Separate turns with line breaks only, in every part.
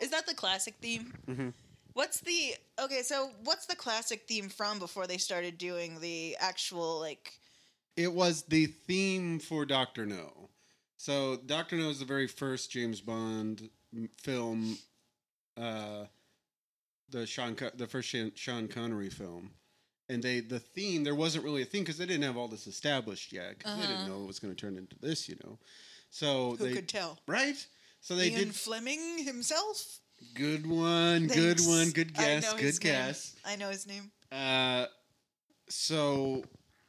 Is that the classic theme?
Mm-hmm.
Mhm.
What's the okay? So what's the classic theme from before they started doing the actual like?
It was the theme for Doctor No. So Doctor No is the very first James Bond m- film, uh, the Sean Co- the first Shan- Sean Connery film, and they the theme there wasn't really a theme because they didn't have all this established yet 'cause they
Uh-huh.
didn't know it was going to turn into this, you know. So
Who
they
could tell?
right. So they
Ian
did
Fleming himself.
good one, good
Thanks.
one, good
I know
guess,
his
good
name.
guess.
I know his name.
Uh, so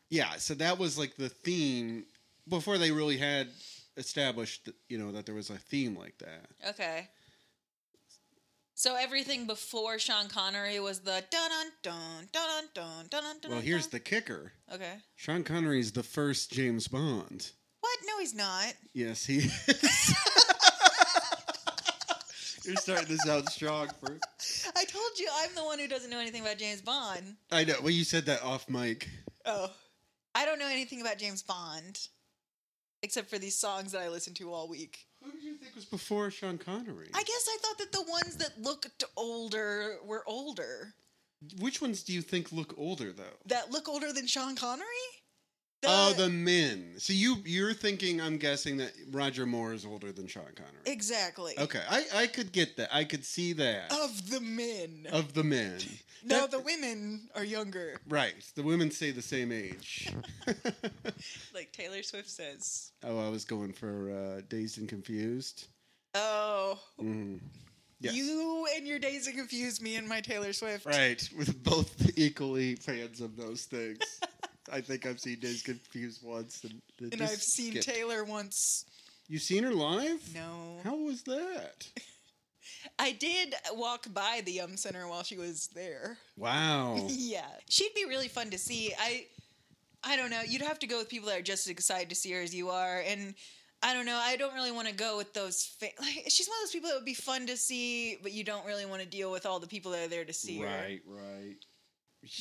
yeah, so that was like the theme before they really had established, you know, that there was a theme like that.
Okay. So everything before Sean Connery was the dun dun dun dun dun dun dun.
Well, here's the kicker:
okay.
Sean Connery's the first James Bond.
What? No, he's not.
Yes, he is. You're starting this out strong, for
I told you I'm the one who doesn't know anything about James Bond.
I know. Well, you said that off mic.
Oh. I don't know anything about James Bond. Except for these songs that I listen to all week.
Who did you think was before Sean Connery?
I guess I thought that the ones that looked older were older.
Which ones do you think look older though?
That look older than Sean Connery?
oh, the men. So you you're thinking? I'm guessing that Roger Moore is older than Sean Connery.
Exactly.
Okay, I I could get that. I could see that
Of the men.
of the men.
no,
that-
the women are younger.
Right, the women stay the same age.
Like Taylor Swift says.
oh, I was going for uh, dazed and confused.
Oh.
Mm. Yes,
You and your days and confuse me and my Taylor Swift.
right. With both equally fans of those things. I think I've seen dazed and confused once, and, it
And
just
I've seen
skipped.
Taylor once.
You've seen her live?
No.
How was that?
I did walk by the Yum Center while she was there.
Wow.
Yeah, she'd be really fun to see. I, I don't know. You'd have to go with people that are just as excited to see her as you are, and I don't know. I don't really want to go with those. Fa- like, she's one of those people that would be fun to see, but you don't really want to deal with all the people that are there to see her.
Right, right.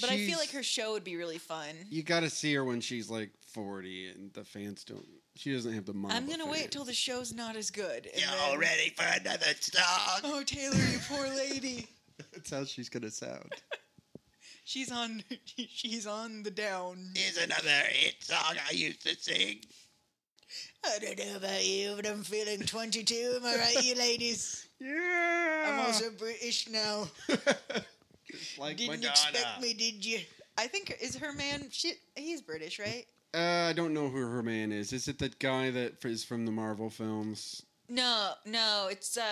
But I feel
She's-
like her show would be really fun.
You got to see her when she's like forty, and the fans don't. She doesn't have the money.
I'm gonna wait till the show's not as good. and
You're
then-
all ready for another song.
Oh, Taylor, you poor lady.
That's how she's gonna sound.
She's on. She's on the down.
Here's another hit song I used to sing.
I don't know about you, but I'm feeling 22. Am I right, you ladies?
Yeah.
I'm also British now.
Just like
Didn't
Madonna.
expect me, did you? I think is her man. She, he's British, right?
Uh, I don't know who her man is. Is it that guy that is from the Marvel films?
No, no. It's uh,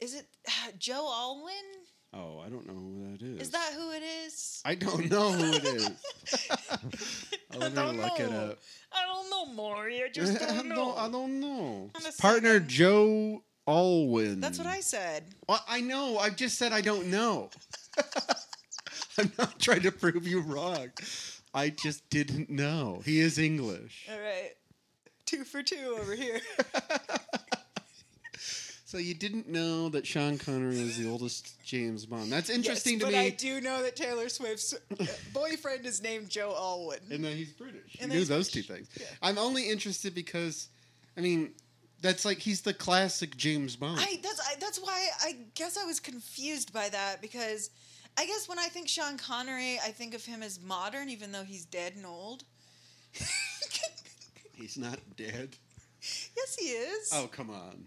is it Joe Alwyn?
Oh, I don't know who that is.
Is that who it is?
I don't know who it is. I'll
I
never
don't
look it
know.
up.
I don't know, Maury. I just
I
don't
don't-
know.
I don't know.
I'm a
Partner
second.
Joe Alwyn.
That's what I said.
Well, I know. I've just said I don't know. I'm not trying to prove you wrong. I just didn't know. He is English.
All right, two for two over here.
So you didn't know that Sean Connery is the oldest James Bond. That's interesting
yes,
to
but
me.
I do know that Taylor Swift's boyfriend is named Joe Alwyn.
and that he's British. You
And that
knew
he's
those
British.
two things.
Yeah.
I'm only interested because, I mean, that's like he's the classic James Bond.
I that's I, that's why I guess I was confused by that because I guess when I think Sean Connery, I think of him as modern, even though he's dead and old. yes,
he's not dead.
he is.
Oh come on,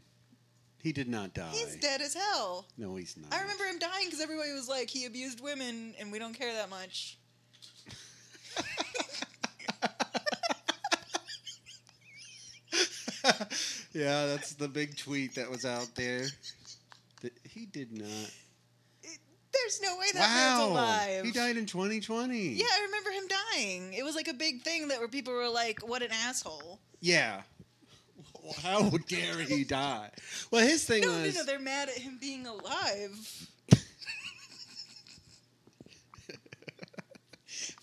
he did not die.
he's dead as hell.
No, he's not.
I remember him dying because everybody was like, he abused women, and we don't care that much.
yeah, that's the big tweet that was out there. That he did not.
There's no way that man's alive.
He died in 2020.
Yeah, I remember him dying. It was like a big thing that where people were like, "What an asshole!"
Yeah. How dare he die? Well, his thing
No, no,
was
no, they're mad at him being alive.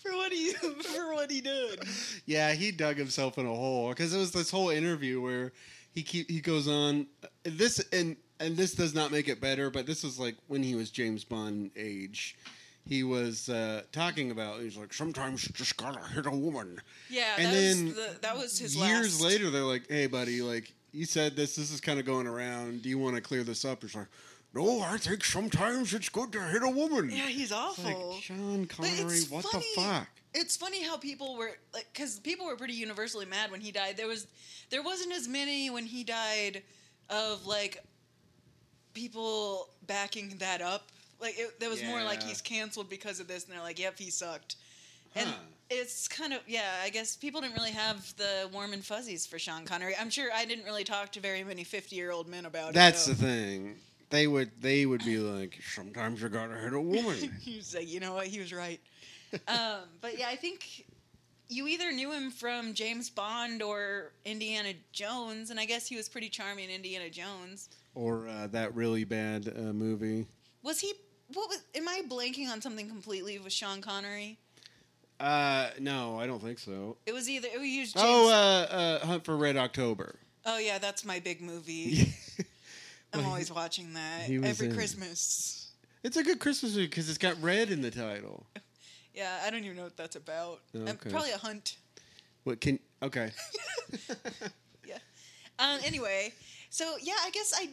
for what he for what he did.
yeah, he dug himself in a hole because it was this whole interview where he keep, he goes on this and and this does not make it better, but this was like when he was James Bond age. he was uh, talking about. He's like, sometimes you just gotta hit a woman.
Yeah,
And
that,
then
was the, that was his
Years
last.
later, they're like, hey, buddy, like you said this. This is kind of going around. Do you want to clear this up? He's like, no, I think sometimes it's good to hit a woman.
Yeah, he's
It's
awful.
like Sean
But it's
Connery. What the
funny-
fuck?
It's funny how people were like, because people were pretty universally mad when he died. There was, there wasn't as many when he died, of like, people backing that up. Like it, there was more like
Yeah.
he's canceled because of this, and they're like, "Yep, he sucked." And
Huh.
it's kind of yeah. I guess people didn't really have the warm and fuzzies for Sean Connery. I'm sure I didn't really talk to very many 50 year old men about
That's
it.
the thing. They would they would be like, sometimes you gotta hit a woman.
you say, you know what, he was right. um, but yeah, I think you either knew him from James Bond or Indiana Jones, and I guess he was pretty charming in Indiana Jones.
or uh, that really bad uh, movie.
Was he? What was? Am I blanking on something completely with Sean Connery?
Uh, no, I don't think so.
It was either it used James.
Oh, uh, uh, Hunt for Red October.
oh yeah, that's my big movie.
it's
I'm
well, he-
always watching that
he was
every
in-
Christmas.
a good Christmas movie because it's got red in the title.
Yeah, I don't even know what that's about. Um,
Okay.
probably a hunt.
What can? Okay,
Um, anyway, so yeah, I guess I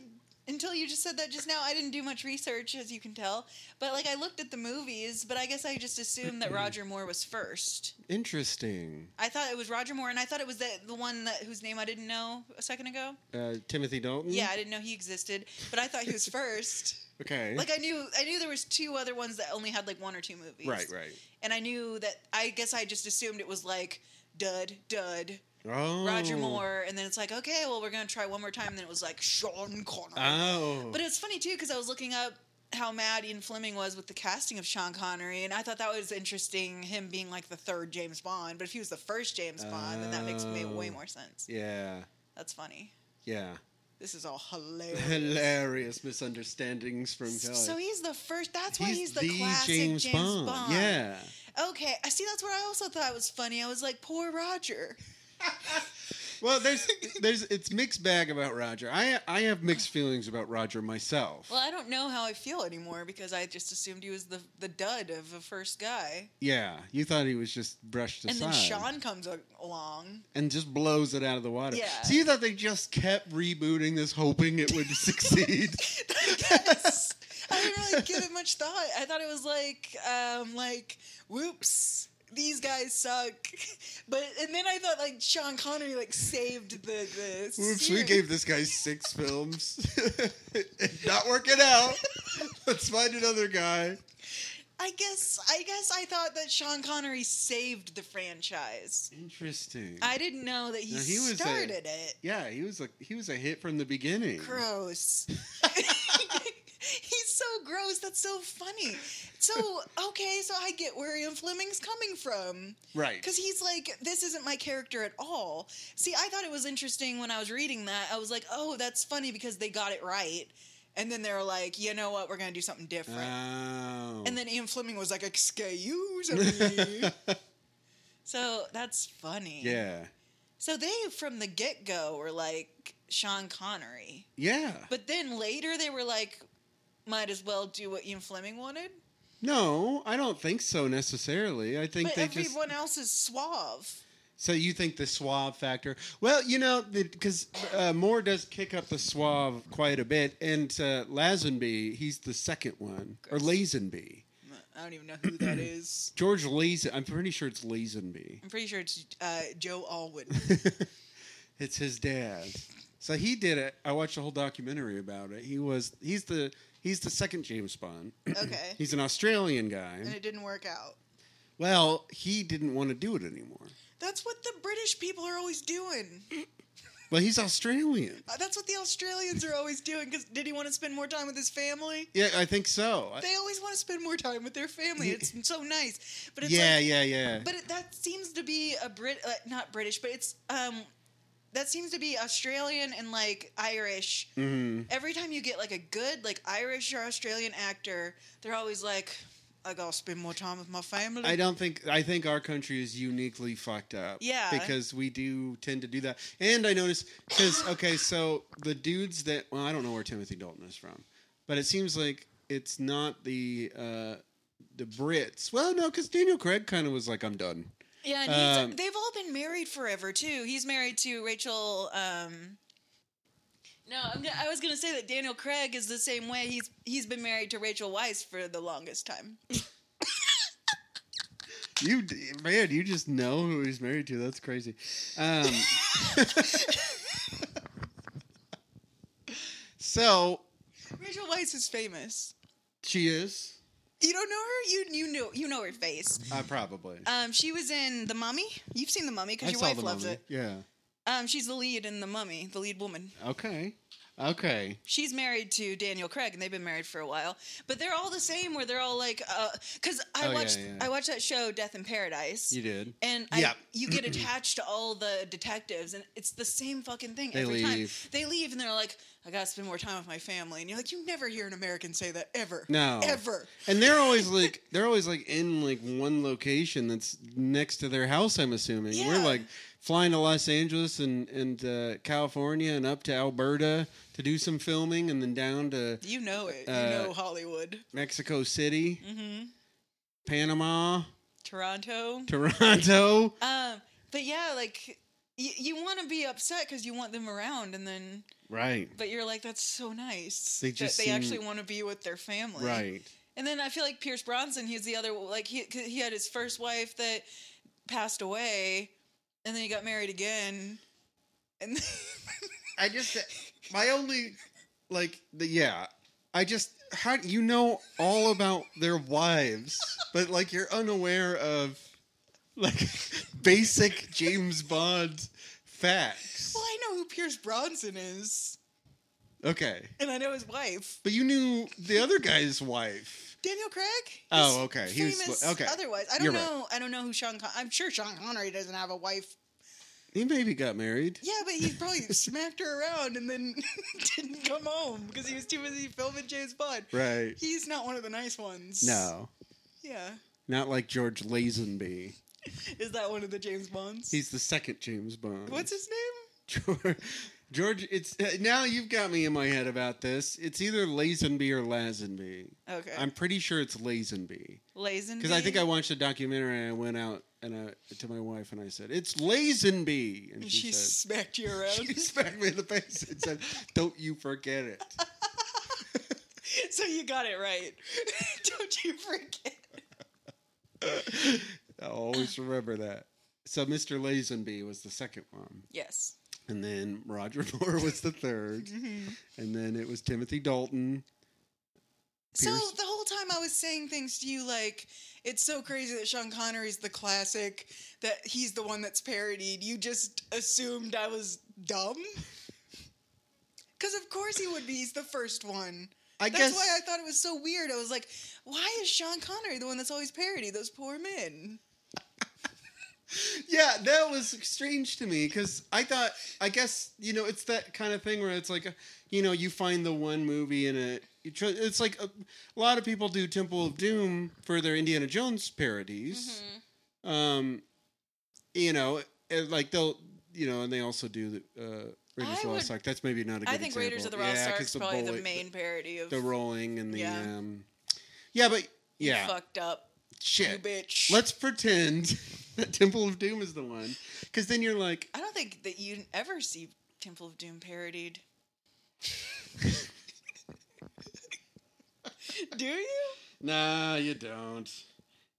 until you just said that just now, I didn't do much research, as you can tell. But like, I looked at the movies, but I guess I just assumed that Roger Moore was first.
interesting.
I thought it was Roger Moore, and I thought it was that the one that whose name I didn't know a second ago.
Uh, Timothy Dalton.
Yeah, I didn't know he existed, but I thought he was first.
Okay.
like I knew, I knew there was two other ones that only had like one or two movies.
right. Right.
And I knew that. I guess I just assumed it was like Dud, Dud,
Oh.
Roger Moore, and then it's like, okay, well, we're gonna try one more time. And then it was like Sean Connery.
Oh.
But it's funny too because I was looking up how mad Ian Fleming was with the casting of Sean Connery, and I thought that was interesting. Him being like the third James Bond, but if he was the first James Bond, then that makes me
Oh.
way more sense.
yeah.
That's funny.
Yeah.
This is all hilarious.
Hilarious misunderstandings from Kelly.
So he's the first. That's why he's the, classic James, Bond.
Yeah.
Okay. I see. That's what I also thought was funny. I was like, poor Roger.
Well, there's there's it's mixed bag about Roger. I I have mixed feelings about Roger myself.
Well, I don't know how I feel anymore because I just assumed he was the the dud of the first guy,
yeah, you thought he was just brushed
and
aside,
then Sean comes a- along.
and just blows it out of the water.
Yeah.
So you thought they just kept rebooting this, hoping it would succeed.
Yes. I didn't really give it much thought. I thought it was like, um, like, whoops, these guys suck. But and then I thought like Sean Connery like saved the the.
Oops, we
series.
gave this guy six films, not working out. Let's find another guy.
I guess I guess I thought that Sean Connery saved the franchise.
Interesting.
I didn't know that he,
Now, he was a-
started it.
yeah, he was a he was a hit from the beginning.
Gross. He's so gross. That's so funny. So okay, so I get where Ian Fleming's coming from.
Right.
Because he's like, this isn't my character at all. See, I thought it was interesting when I was reading that. I was like, oh, that's funny because they got it right. And then they were like, you know what? We're going to do something different.
Oh.
and then Ian Fleming was like, excuse me. so that's funny.
yeah.
So they, from the get go, were like Sean Connery.
Yeah.
But then later they were like, might as well do what Ian Fleming wanted.
No, I don't think so necessarily. I think
But
they just.
everyone else is suave.
So you think the suave factor? Well, you know, because uh, Moore does kick up the suave quite a bit, and uh, Lazenby, he's the second one, or
Gross.
Lazenby,
I don't even know who that is.
George Lazen. I'm pretty sure it's Lazenby.
I'm pretty sure it's uh, Joe Alwyn.
it's his dad. So he did it. I watched a whole documentary about it. He was he's the he's the second James Bond.
Okay.
he's an Australian
and
guy.
it didn't work out.
Well, he didn't want to do it anymore.
That's what the British people are always doing.
Well, he's Australian.
Uh, That's what the Australians are always doing. Because did he want to spend more time with his family?
Yeah, I think so. I-
They always want to spend more time with their family. It's so nice, but it's
yeah,
like,
yeah, yeah.
but it, that seems to be a Brit, uh, not British, but it's um, that seems to be Australian and like Irish.
hmm
Every time you get like a good like Irish or Australian actor, they're always like, I gotta spend more time with my family.
I don't think I think our country is uniquely fucked up.
Yeah.
because we do tend to do that. And I noticed because okay, so the dudes that well, I don't know where Timothy Dalton is from, but it seems like it's not the uh, the Brits. Well, no, because Daniel Craig kind of was like, I'm done.
Yeah, and he's,
Um,
they've all been married forever too. He's married to Rachel. Um, no, I'm gonna, I was gonna say that Daniel Craig is the same way. He's he's been married to Rachel Weisz for the longest time.
You d- man, you just know who he's married to. That's crazy. Um, so
Rachel Weisz is famous.
she is.
You don't know her? You you know you know her face.
Uh, probably.
Um, she was in The Mummy. You've seen The Mummy because your wife loves it.
Yeah.
Um, she's the lead in The Mummy, the lead woman.
Okay. Okay.
She's married to Daniel Craig, and they've been married for a while. But they're all the same, where they're all like, because I
Oh, yeah,
watched
yeah.
I watched that show Death in Paradise.
You did.
and
Yeah.
I, you get attached to all the detectives, and it's the same fucking thing
They
every
leave.
time. They leave, and they're like, "I gotta spend more time with my family," and you're like, "You never hear an American say that ever,
No.
ever."
And they're always like they're always like in like one location that's next to their house. I'm assuming we're
Yeah.
like flying to Los Angeles and and uh, California and up to Alberta to do some filming, and then down to
You know it. You
Uh,
know Hollywood,
Mexico City, Panama,
Toronto.
Toronto.
Um, but yeah, like y- you want to be upset because you want them around, and then
Right.
but you're like, "That's so nice."
They just
that they
seem-
actually want to be with their family,
Right.
And then I feel like Pierce Bronson, he's the other like he 'cause he had his first wife that passed away, and then he got married again, and
I just my only like the, yeah. I just how you know all about their wives, but like you're unaware of like basic James Bond facts.
well, I know who Pierce Bronson is,
Okay,
and I know his wife,
but you knew the other guy's wife.
Daniel Craig.
Oh,
He's
okay. He was-
famous
okay.
Otherwise, I don't
You're right.
know. I don't know who Sean. Con- I'm sure Sean Connery doesn't have a wife.
He maybe got married.
Yeah, but he probably smacked her around and then didn't come home because he was too busy filming James Bond.
Right.
He's not one of the nice ones.
No.
Yeah.
Not like George Lazenby.
Is that one of the James Bonds?
He's the second James Bond.
What's his name?
George, George, it's now you've got me in my head about this. It's either Lazenby or Lazenby.
Okay.
I'm pretty sure it's Lazenby
Lazenby.
because I think I watched a documentary and I went out and I to my wife and I said it's Lazenby, and
And
she,
she smacked you
said she
around.
smacked me in the face and said, "Don't you forget it."
so you got it right. Don't you forget.
I'll always remember that. So Mr. Lazenby was the second one,
Yes.
and then Roger Moore was the third, and then it was Timothy Dalton.
So
Pierce-
the whole time I was saying things to you like, it's so crazy that Sean Connery's the classic, that he's the one that's parodied. You just assumed I was dumb? Because of course he would be. He's the first one.
I
That's why I thought it was so weird. I was like, why is Sean Connery the one that's always parodied? Those poor men.
Yeah, that was strange to me because I thought, I guess you know, it's that kind of thing where it's like, you know, you find the one movie in a. you tr- It's like a, a lot of people do Temple of Doom for their Indiana Jones parodies.
Mm-hmm.
Um, you know, and like they'll, you know, and they also do the, uh, Raiders of
I
the Lost
would-
Ark. That's maybe not a good
I think
example.
Raiders of the Lost
Yeah,
Ark's
'cause
probably the
bullet-
main parody of
the rolling and the
Yeah.
um, yeah, but
You
yeah,
fucked up,
shit.
you bitch.
Let's pretend that Temple of Doom is the one, because then you're like.
I don't think that you ever see Temple of Doom parodied. Do you?
Nah, you don't.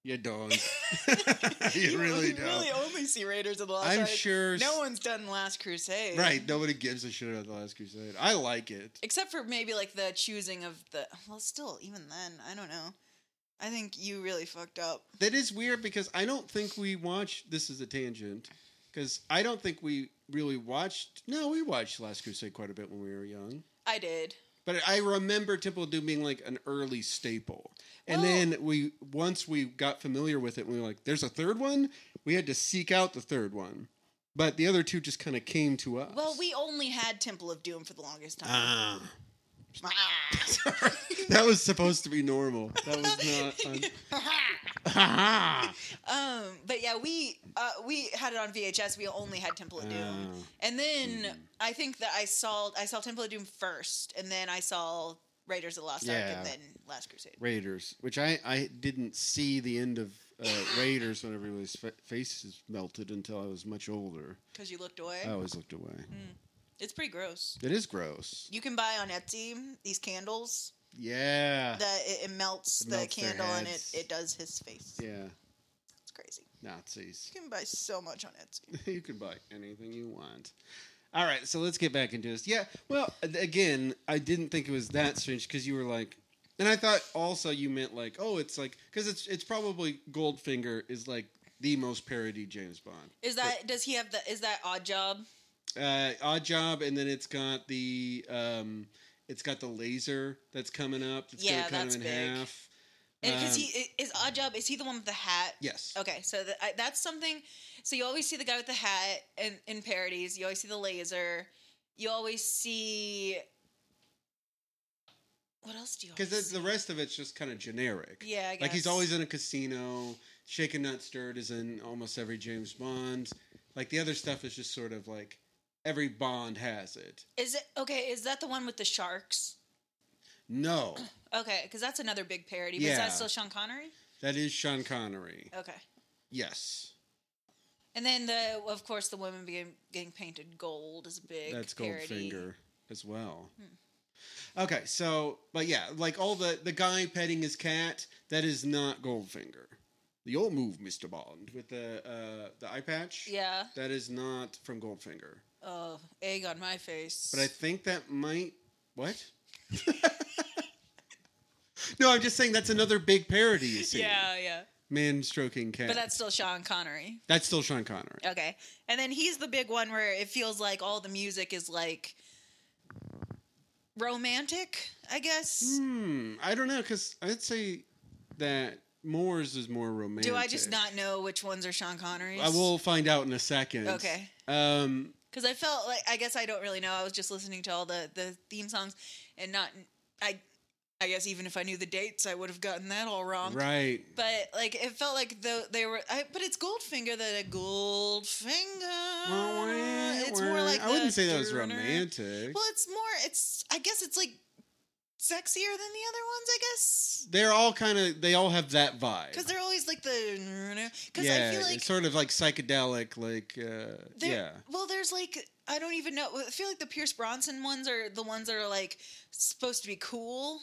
You don't. you,
You
really
only-
don't.
really only see Raiders of the Lost
I'm
Ark.
sure. s-
No one's done Last Crusade.
Right. Nobody gives a shit about the Last Crusade. I like it.
Except for maybe like the choosing of the. Well, still, even then, I don't know. I think you really fucked up.
That is weird because I don't think we watched. This is a tangent. Because I don't think we really watched. No, we watched Last Crusade quite a bit when we were young.
I did.
But I remember Temple of Doom being like an early staple. And
Well-
then we once we got familiar with it, we were like, "There's a third one." We had to seek out the third one, but the other two just kind of came to us.
Well, we only had Temple of Doom for the longest time.
Ah.
Ah.
that was supposed to be normal. That was not. Un-
Um, but yeah, we uh, we had it on VHS. We only had Temple of Doom,
Oh. Hmm.
and then I think that I saw I saw Temple of Doom first, and then I saw Raiders of the Lost Ark
Yeah.
and then Last Crusade.
Raiders, which I, I didn't see the end of uh, Raiders when everybody's fa- faces melted until I was much older.
Because you looked away.
I always looked away.
It's pretty gross.
It is gross.
You can buy on Etsy these candles
Yeah.
that it, it melts
Ah. It
the
melts their
candle and it,
heads.
it does his face.
yeah.
It's crazy.
Nazis.
You can buy so much on Etsy.
you can buy anything you want. All right, so let's get back into this. Yeah, well, again, I didn't think it was that strange because you were like, and I thought also you meant like, oh, it's like because it's it's probably Goldfinger is like the most parodied James Bond.
Is that does he have the is that odd job?
Uh, Odd Job, and then it's got the um, it's got the laser that's coming up. That's
Yeah,
gonna cut
that's
him in
big.
half.
Because
Um,
he i- is odd job. Is he the one with the hat?
yes,
Okay, so the, I, that's something. So you always see the guy with the hat in, in parodies. You always see the laser. You always see. What else do you?
because
always
the, the rest of it's just kind of generic.
see? yeah, I
Like he's
guess.
always in a casino. Shaken Not Stirred is in almost every James Bond. Like the other stuff is just sort of like every Bond has it.
Is it okay? Is that the one with the sharks?
No,
Okay, because that's another big parody. But Is
Yeah.
that still Sean Connery?
that is Sean Connery.
Okay,
Yes,
and then the of course the woman being getting painted gold is a big.
that's
parody. Hmm.
Goldfinger as well. Okay, so but yeah, like all the the guy petting his cat that is not Goldfinger. The old move, Mister Bond, with the uh, the eye patch.
Yeah.
that is not from Goldfinger.
Oh, egg on my face.
But I think that might what? no, I'm just saying that's another big parody you see.
yeah, yeah.
Man stroking cat.
But that's still Sean Connery.
that's still Sean Connery.
Okay. And then he's the big one where it feels like all the music is like romantic, I guess.
Hmm. I don't know because I'd say that Moore's is more romantic.
Do I just not know which ones are Sean Connery's?
I will find out in a second.
Okay.
Um.
Because I felt like I guess I don't really know. I was just listening to all the the theme songs and not I. I guess even if I knew the dates, I would have gotten that all wrong.
Right.
But like it felt like though they were, I, but it's Goldfinger that a Goldfinger. Uh, It's more like
I wouldn't
the
say that was
Turner.
romantic.
Well, it's more. It's I guess it's like sexier than the other ones. I guess
They're all kind of. They all have that vibe.
because they're always like the. Because
yeah,
I feel like
it's sort of like psychedelic, like uh,
there-
yeah.
Well, there's like I don't even know. I feel like the Pierce Bronson ones are the ones that are like supposed to be cool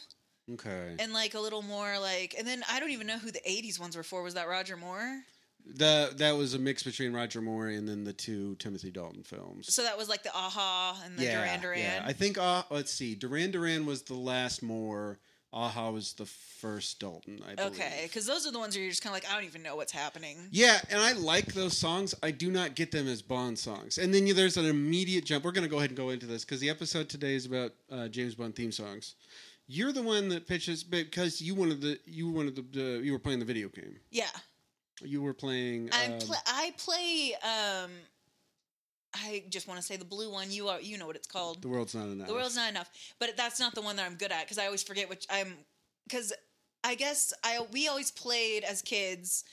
Okay.
and like a little more like. And then I don't even know who the '80s ones were for. Was that Roger Moore?
The that was a mix between Roger Moore and then the two Timothy Dalton films.
So that was like the Aha and the Duran Duran.
yeah. I think uh, let's see, Duran Duran was the last Moore. Aha was the first Dalton. I believe.
Okay, because those are the ones where you're just kind of like I don't even know what's happening.
Yeah, and I like those songs. I do not get them as Bond songs. And then you, there's an immediate jump. We're going to go ahead and go into this because the episode today is about uh, James Bond theme songs. You're the one that pitches because you wanted the you wanted the, the you were playing the video game.
Yeah.
You were playing.
I'm
um,
pl- I play. Um, I just want to say the blue one. You are. You know what it's called.
the world's not enough.
The world's not enough. But that's not the one that I'm good at because I always forget which I'm. Because I guess I we always played as kids.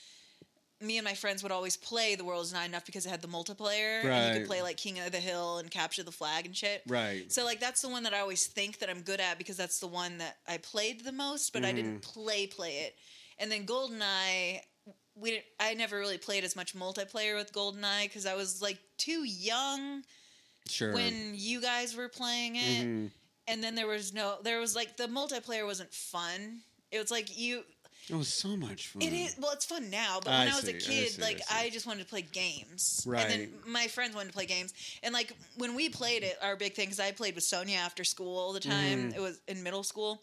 Me and my friends would always play The World's Not Enough because it had the multiplayer and you
Right.
could play like King of the Hill and capture the flag and shit.
right.
So like that's the one that I always think that I'm good at because that's the one that I played the most, but I didn't play play it. And then Goldeneye, we didn't, I never really played as much multiplayer with Goldeneye because I was like too young
Sure.
when you guys were playing it.
Mhm.
And then there was no, there was like the multiplayer wasn't fun. It was like you,
It was so much fun.
it is well, it's fun now, but
Mm. I
when I was
see,
a
I
kid,
see, I
like
see.
I, just wanted to play games. And then
Right.
my friends wanted to play games, and like when we played it, our big thing because I played with Sonia after school all the time.
Mm.
It was in middle school,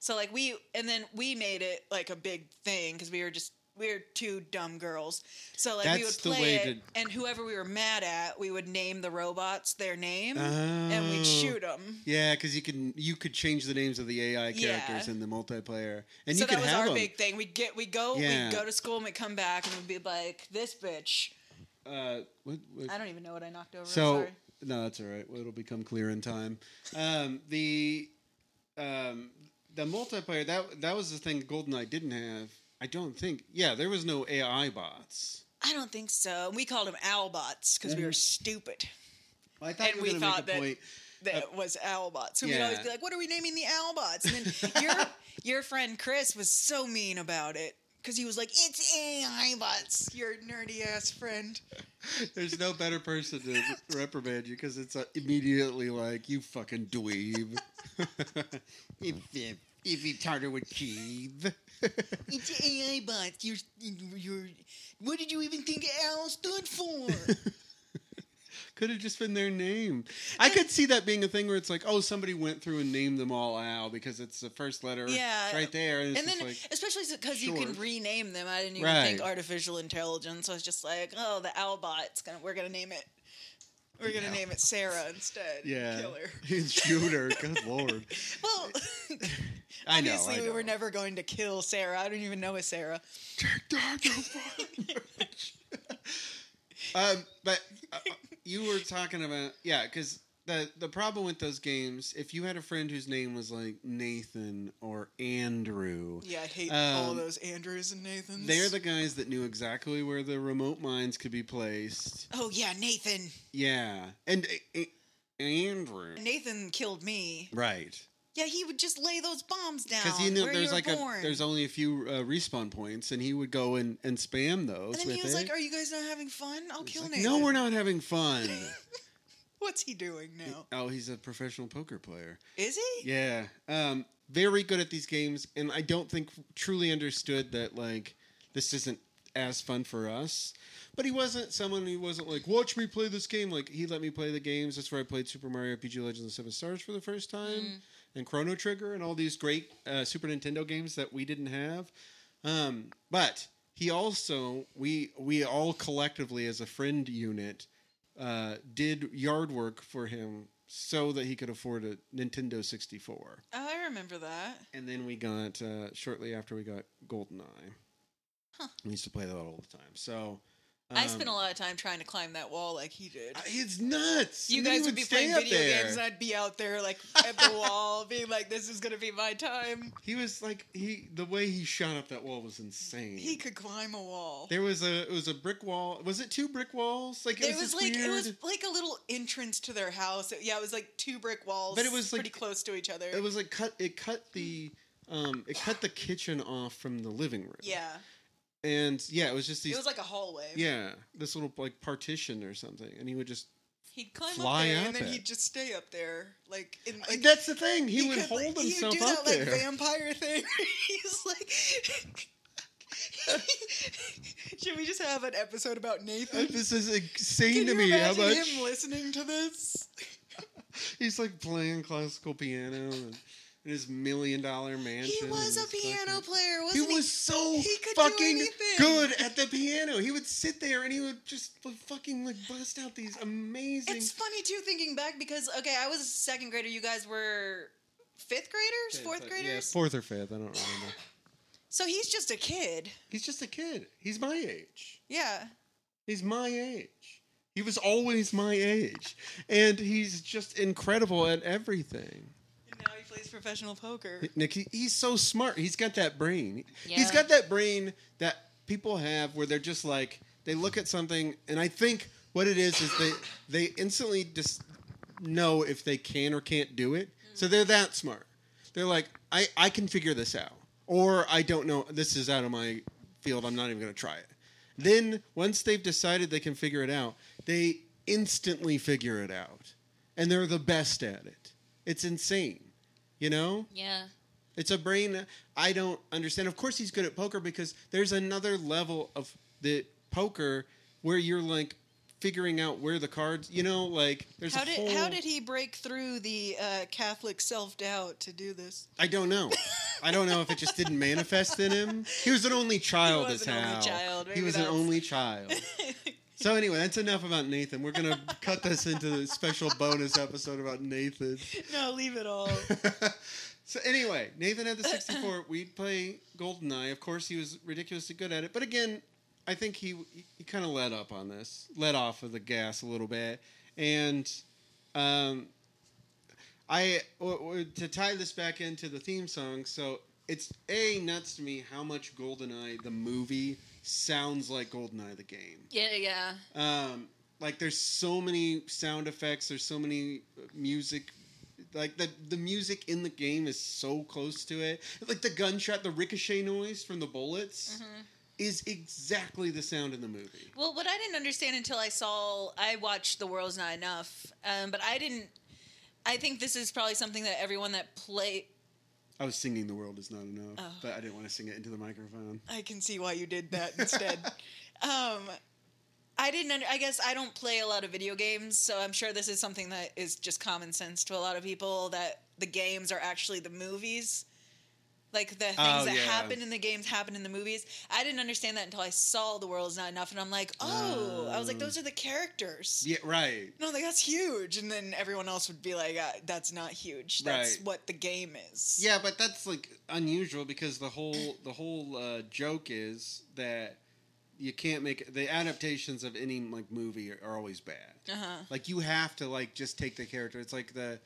so like we and then we made it like a big thing because we were just. We were two dumb girls, so like we would
That's the
play
way
it,
to-
and whoever we were mad at, we would name the robots their name, and we'd
Oh.
shoot them.
Yeah, because you can you could change the names of the AI
Yeah.
characters in the multiplayer, and
So
you could
that was
have
our
them.
big thing. We get, we go,
Yeah.
we go to school, and we come back, and we'd be like, "This bitch."
Uh, what, what-
I don't even know what I knocked over.
so
I'm sorry.
no, that's all right. Well, it'll become clear in time. Um, the um, the multiplayer that that was the thing GoldenEye didn't have. I don't think. Yeah, there was no AI bots.
I don't
Mm-hmm.
think so. We called them Owlbots because we were stupid.
I thought
And
you were
we
going to
thought
make a
that-
point
that was Owlbots. So we'd always
Uh, Yeah.
be like, "What are we naming the Owlbots?" And then your your friend Chris was so mean about it because he was like, "It's AI bots, your nerdy ass friend."
There's no better person to reprimand you because it's uh, immediately like you fucking dweeb. if if if you tartar with Keeb.
It's AI bots. You're you're. What did you even think Owl stood for?
Could have just been their name. I could see that being a thing where it's like, oh, somebody went through and named them all Al because it's the first letter
Yeah.
right there. And, it's
and then,
just like,
especially because you can
short.
rename them, I didn't even think
Right.
artificial intelligence. I was just like, oh, the Owlbot's gonna. We're gonna name it. We're gonna
Yeah.
name it Sarah instead.
yeah.
Killer.
It's shooter. Good lord.
Well,
I know.
obviously
I know.
we were never going to kill Sarah. I don't even know a Sarah.
Jack Daniel Fudge. um, but uh, you were talking about yeah, because the the problem with those games, if you had a friend whose name was like Nathan or Andrew,
Yeah, I hate all
all Um,
those Andrews and Nathans.
they're the guys that knew exactly where the remote mines could be placed.
Oh yeah, Nathan.
Yeah, and uh, uh, Andrew,
Nathan killed me.
right? Yeah,
Yeah, he would just lay those bombs down.
Because you know
where
there's
were
like
born.
a there's only a few uh, respawn points, and he would go and and spam those.
and then
with
he was
it.
like, "Are you guys not having fun? I'll
It's
kill
like,
Nathan."
no, we're not having fun.
What's he doing now?
Oh, he's a professional poker player.
Is he?
Yeah. Um, very good at these games, and I don't think truly understood that like this isn't as fun for us. But he wasn't someone who wasn't like, watch me play this game. Like he let me play the games. That's where I played Super Mario RPG Legends of Seven Stars for the first time, and Chrono Trigger, and all these great uh, Super Nintendo games that we didn't have. Um, but he also we we all collectively as a friend unit uh, did yard work for him so that he could afford a Nintendo 64.
Oh, I remember that.
And then we got uh, shortly after we got GoldenEye.
Huh.
We used to play that all the time. So
I spent a
um,
lot of time trying to climb that wall like he did.
I- It's nuts.
you
And then he
guys would be
stay
playing
up
video
there.
games, uh, and I'd be out there like at the wall, being like, "This is gonna be my time."
He was like he the way he shot up that wall was insane.
He could climb a wall.
There was a it was a brick wall. Was it two brick walls? Like it
There
was,
was
this
like
weird...
it was like a little entrance to their house. It- yeah, it was like two brick walls,
But it was, like-
pretty close to each other.
it was like cut it cut the um it cut the kitchen off from the living room.
yeah,
And yeah, it was just these
it was like a hallway.
Yeah, this little like partition or something, and he would just.
he'd climb
Fly
up there,
up
and then
it.
he'd just stay up there, like in like.
that's the thing. He, would
could,
hold
Uh, like, he
himself
would do
up
that,
there.
Like, vampire thing. He's like. Should we just have an episode about Nathan?
this is insane
Can
to
you
me. How
imagine
much
him listening to this?
he's like playing classical piano and in his million dollar mansion.
He was
and
a
his
piano
fucking-
player,
He
wasn't he?
was so
He could do
fucking
anything.
good at the piano. He would sit there and he would just fucking like bust out these amazing.
It's funny too, thinking back because okay, I was a second grader. You guys were fifth graders, fourth graders.
uh, Yeah, fourth or fifth. I don't remember.
So he's just a kid.
He's just a kid. He's my age.
Yeah.
He's my age. He was always my age. And he's just incredible at everything.
And now he plays professional poker.
Nick, he, he's so smart. He's got that brain. He's
Yeah.
got that brain that people have where they're just like, they look at something, and I think what it is is they, they instantly just know if they can or can't do it. So they're that smart. They're like, I, I can figure this out. Or I don't know. This is out of my field. I'm not even going to try it. Then once they've decided they can figure it out, they instantly figure it out. And they're the best at it. It's insane. You know?
Yeah.
It's a brain I don't understand. Of course, he's good at poker because there's another level of the poker where you're like figuring out where the cards. You know, like there's
How
a
did
whole.
how did he break through the uh, Catholic self doubt to do this?
I don't know. I don't know if it just didn't manifest in him. He was an only child.
He was
is
an only
how.
child. Maybe
He was
that's-
an only child. So anyway, that's enough about Nathan. We're gonna cut this into a special bonus episode about Nathan.
no, leave it all.
so anyway, Nathan had the 64. We'd play Goldeneye. Of course, he was ridiculously good at it. But again, I think he he kind of let up on this, let off of the gas a little bit, and um, I w- w- to tie this back into the theme song. So it's a nuts to me how much Goldeneye the movie sounds like Goldeneye the game.
Yeah, yeah.
Um, Like there's so many sound effects. There's so many uh, music. Like the the music in the game is so close to it. Like the gunshot, the ricochet noise from the bullets is exactly the sound in the movie.
Well, what I didn't understand until I saw, I watched The World's Not Enough, um, but I didn't. I think this is probably something that everyone that play.
I was singing "The World Is Not Enough," but I didn't want to sing it into the microphone.
I can see why you did that instead. um, I didn't. Under, I guess I don't play a lot of video games, so I'm sure this is something that is just common sense to a lot of people that the games are actually the movies. Like the things
Oh,
that
yeah.
happen in the games happen in the movies. I didn't understand that until I saw The World's Not Enough, and I'm like, oh, I was like,
Oh.
those are the characters.
Yeah, right.
no, like that's huge. And then everyone else would be like, uh, that's not huge. That's
Right.
what the game is.
Yeah, but that's like unusual because the whole the whole uh, joke is that you can't make the adaptations of any like movie are, are always bad.
Uh-huh.
Like you have to like just take the character. It's like the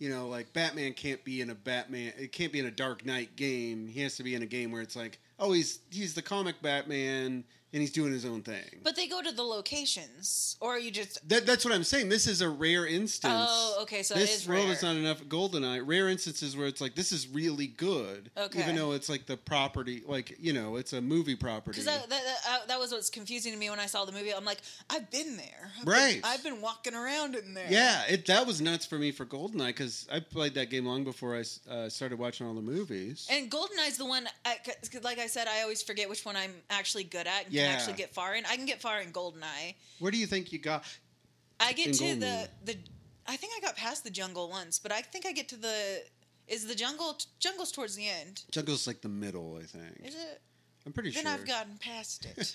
you know like Batman can't be in a Batman. It can't be in a Dark Knight game. He has to be in a game where it's like oh he's he's the comic Batman and he's doing his own thing.
But they go to the locations. Or you just.
That, that's what I'm saying. This is a rare instance.
Oh, okay, so it
this
is
world
rare.
is not enough. Goldeneye, rare instances where it's like this is really good,
Okay.
even though it's like the property, like you know, it's a movie property.
Because that, that, that, uh, that was what's confusing to me when I saw the movie. I'm like, I've been there. I've been-
Right.
I've been walking around in there.
yeah, it that was nuts for me for Goldeneye because I played that game long before I s- uh, started watching all the movies.
And Goldeneye's the one, I, 'cause like I said, I always forget which one I'm actually good at and
Yeah.
can actually get far in. I can get far in Goldeneye.
Where do you think you got?
I get
In
to
Goldeneye.
the the. I think I got past the jungle once, but I think I get to the. Is the jungle jungle's towards the end?
Jungle's like the middle, I think.
Is it?
I'm pretty
Then
sure.
I've gotten past it.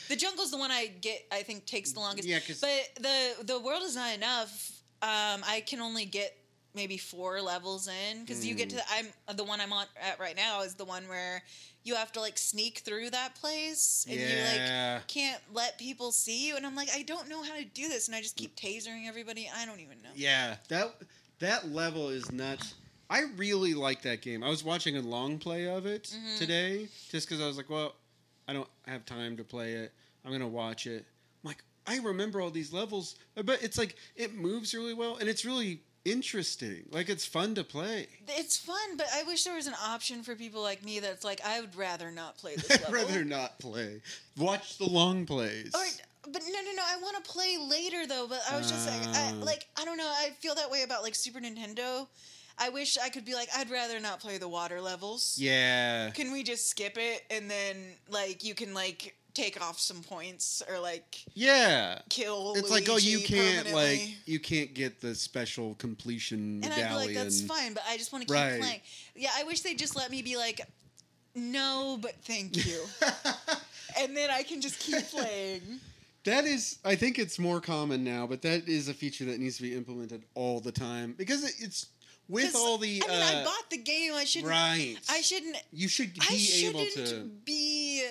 the jungle's the one I get. I think takes the longest.
Yeah, 'cause-
but the the world is not enough. Um, I can only get maybe four levels in because you get to the,
Hmm.
I'm the one I'm on at right now is the one where you have to like sneak through that place and you
Yeah.
like can't let people see you and I'm like I don't know how to do this and I just keep tasering everybody. I don't even know.
Yeah, that that level is nuts. I really like that game. I was watching a long play of it
Mm-hmm.
today, just because I was like, well, I don't have time to play it. I'm gonna watch it. I'm like, I remember all these levels, but it's like it moves really well and it's really interesting. Like it's fun to play.
It's fun, but I wish there was an option for people like me that's like I would rather not play this level. Oh,
I'd rather not play. Watch the long plays.
Or, but no, no, no. I want to play later though. But I was just like, I,
Ah.
like I don't know. I feel that way about like Super Nintendo. I wish I could be like, I'd rather not play the water levels.
yeah.
Can we just skip it and then like you can like take off some points or like
Yeah.
kill?
It's like, oh, you
Luigi
can't like
permanently?
you can't get the special completion
And
medallion.
I'd be like, that's fine, but I just want to keep
Right.
playing. Yeah, I wish they just let me be like, no, but thank you, and then I can just keep playing.
That is, I think it's more common now, but that is a feature that needs to be implemented all the time because it, it's with
'Cause,
all the
I mean, I
uh,
bought the game. I shouldn't.
right.
I shouldn't.
you should be
I
able
shouldn't
to
be